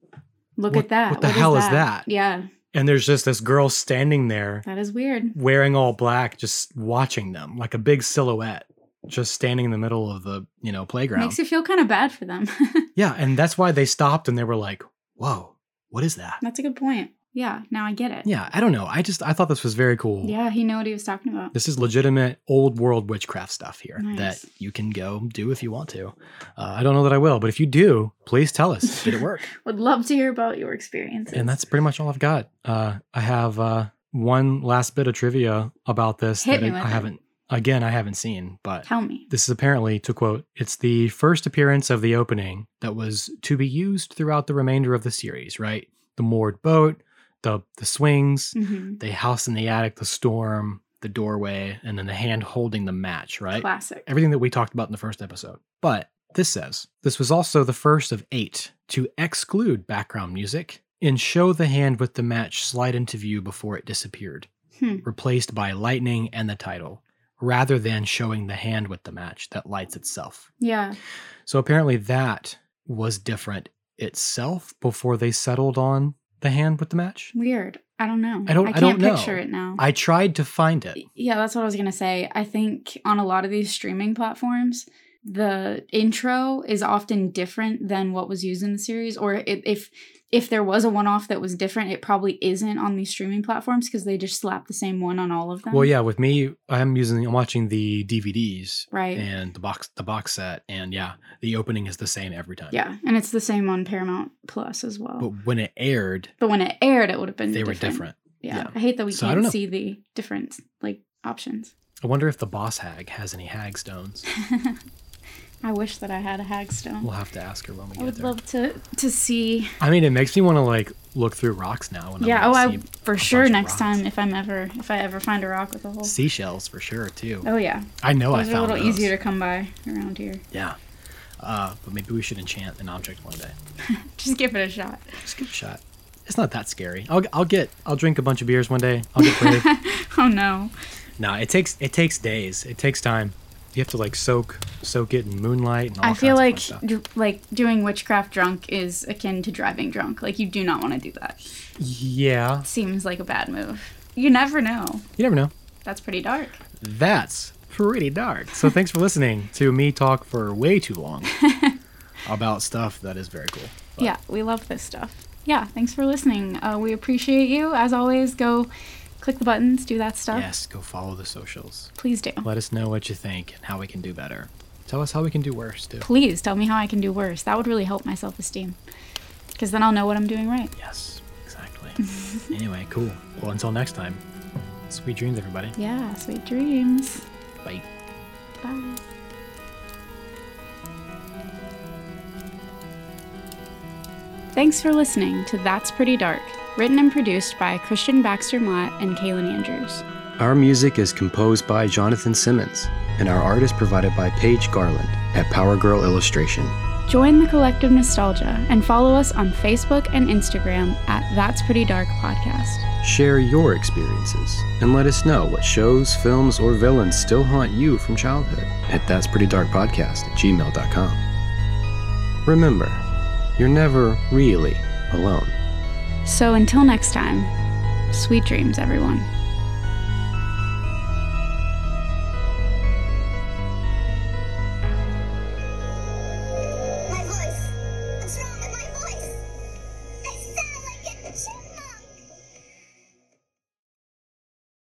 Speaker 2: Look
Speaker 3: What-
Speaker 2: at that.
Speaker 3: what the hell is that?
Speaker 2: Yeah.
Speaker 3: And there's just this girl standing there,
Speaker 2: That is weird.
Speaker 3: wearing all black, just watching them like a big silhouette, just standing in the middle of the you know playground.
Speaker 2: Makes you feel kind of bad for them.
Speaker 3: yeah, and that's why they stopped and they were like, "Whoa, what is that?"
Speaker 2: That's a good point. Yeah. Now I get it.
Speaker 3: Yeah, I don't know. I just I thought this was very cool.
Speaker 2: Yeah, he knew what he was talking about.
Speaker 3: This is legitimate old world witchcraft stuff here
Speaker 2: Nice.
Speaker 3: that you can go do if you want to. Uh, I don't know that I will, but if you do, please tell us. Did it work?
Speaker 2: Would love to hear about your experiences.
Speaker 3: and that's pretty much all I've got. Uh, I have uh,
Speaker 4: one last bit of trivia about this
Speaker 2: Hit
Speaker 4: that
Speaker 2: me
Speaker 4: I,
Speaker 2: with
Speaker 4: I
Speaker 2: it.
Speaker 4: haven't again I haven't seen, but
Speaker 2: Tell me.
Speaker 4: this is apparently to quote, it's the first appearance of the opening that was to be used throughout the remainder of the series, right? The moored boat, the the swings,
Speaker 2: hmm
Speaker 3: the house in the attic, the storm, the doorway, and then the hand holding the match, right?
Speaker 2: Classic.
Speaker 3: Everything that we talked about in the first episode. But this says this was also the first of eight to exclude background music and show the hand with the match slide into view before it disappeared,
Speaker 2: Hmm.
Speaker 3: replaced by lightning and the title, rather than showing the hand with the match that lights itself.
Speaker 2: Yeah.
Speaker 3: So apparently that was different itself before they settled on the hand with the match.
Speaker 2: Weird. I don't know.
Speaker 3: I don't-
Speaker 2: I
Speaker 3: I don't
Speaker 2: can't
Speaker 3: know.
Speaker 2: picture it now.
Speaker 3: I tried to find it.
Speaker 2: yeah, that's what I was gonna say. I think on a lot of these streaming platforms, the intro is often different than what was used in the series, or if if, if there was a one-off that was different, it probably isn't on these streaming platforms because they just slap the same one on all of them.
Speaker 4: Well, yeah, with me, I'm using I'm watching the DVDs
Speaker 2: Right.
Speaker 3: and the box the box set and yeah the opening is the same every time
Speaker 2: Yeah, and it's the same on Paramount Plus as well.
Speaker 3: but
Speaker 2: But,
Speaker 3: when it aired
Speaker 2: when it aired, it would have been
Speaker 3: they were different
Speaker 2: Yeah.
Speaker 3: yeah.
Speaker 2: I hate that we
Speaker 3: So I don't
Speaker 2: can't
Speaker 3: know.
Speaker 2: see the different like options.
Speaker 3: i wonder if the boss hag has any hag stones
Speaker 2: I wish that I had a hagstone.
Speaker 3: we'll have to ask her when we
Speaker 2: I
Speaker 3: get
Speaker 2: would
Speaker 3: there
Speaker 2: love to to see.
Speaker 3: i mean it makes me want to like look through rocks now and
Speaker 2: yeah,
Speaker 3: I
Speaker 2: oh,
Speaker 3: wanna
Speaker 2: I
Speaker 3: see
Speaker 2: for
Speaker 3: bunch
Speaker 2: sure
Speaker 3: of
Speaker 2: next
Speaker 3: rocks.
Speaker 2: time if I'm ever if I ever find a rock with a hole.
Speaker 3: seashells for sure too
Speaker 2: Oh yeah,
Speaker 3: i know i
Speaker 2: those are a
Speaker 3: found
Speaker 2: little
Speaker 3: those.
Speaker 2: easier to come by around here.
Speaker 3: yeah uh, but maybe we should enchant an object one day
Speaker 2: Just give it a shot.
Speaker 3: just give it a shot it's not that scary i'll, I'll get i'll drink a bunch of beers one day i'll get brave
Speaker 2: Oh no,
Speaker 4: No, it takes it takes days. It takes time. You have to like soak soak it in moonlight and all
Speaker 2: I feel
Speaker 4: kinds of fun
Speaker 2: like
Speaker 4: stuff.
Speaker 2: d- like doing witchcraft drunk is akin to driving drunk. Like you do not want to do that.
Speaker 4: yeah,
Speaker 2: Seems like a bad move. You never know.
Speaker 4: you never know.
Speaker 2: That's pretty dark.
Speaker 3: that's pretty dark
Speaker 4: So thanks for listening to me talk for
Speaker 3: way too long about stuff that is very cool
Speaker 2: Yeah, we love this stuff. Yeah, thanks for listening. Uh, we appreciate you. As always, go click the buttons, do that stuff.
Speaker 3: Yes, go follow the socials.
Speaker 2: Please do.
Speaker 3: Let us know what you think and how we can do better. Tell us how we can do worse, too.
Speaker 2: Please tell me how I can do worse. That would really help my self esteem. Because then I'll know what I'm doing right.
Speaker 3: Yes, exactly. anyway, cool. Well, until next time, sweet dreams, everybody.
Speaker 2: Yeah, sweet dreams.
Speaker 3: Bye.
Speaker 2: Bye. Thanks for listening to That's Pretty Dark, written and produced by Christian Baxter Mott and Kaylin Andrews.
Speaker 3: Our music is composed by Jonathan Simmons, and our art is provided by Paige Garland at Power Girl Illustration.
Speaker 2: Join the collective nostalgia and follow us on Facebook and Instagram at That's Pretty Dark Podcast.
Speaker 3: Share your experiences and let us know what shows, films, or villains still haunt you from childhood at That's Pretty Dark Podcast at gmail.com. Remember, you're never really alone.
Speaker 2: So until next time, sweet dreams, everyone.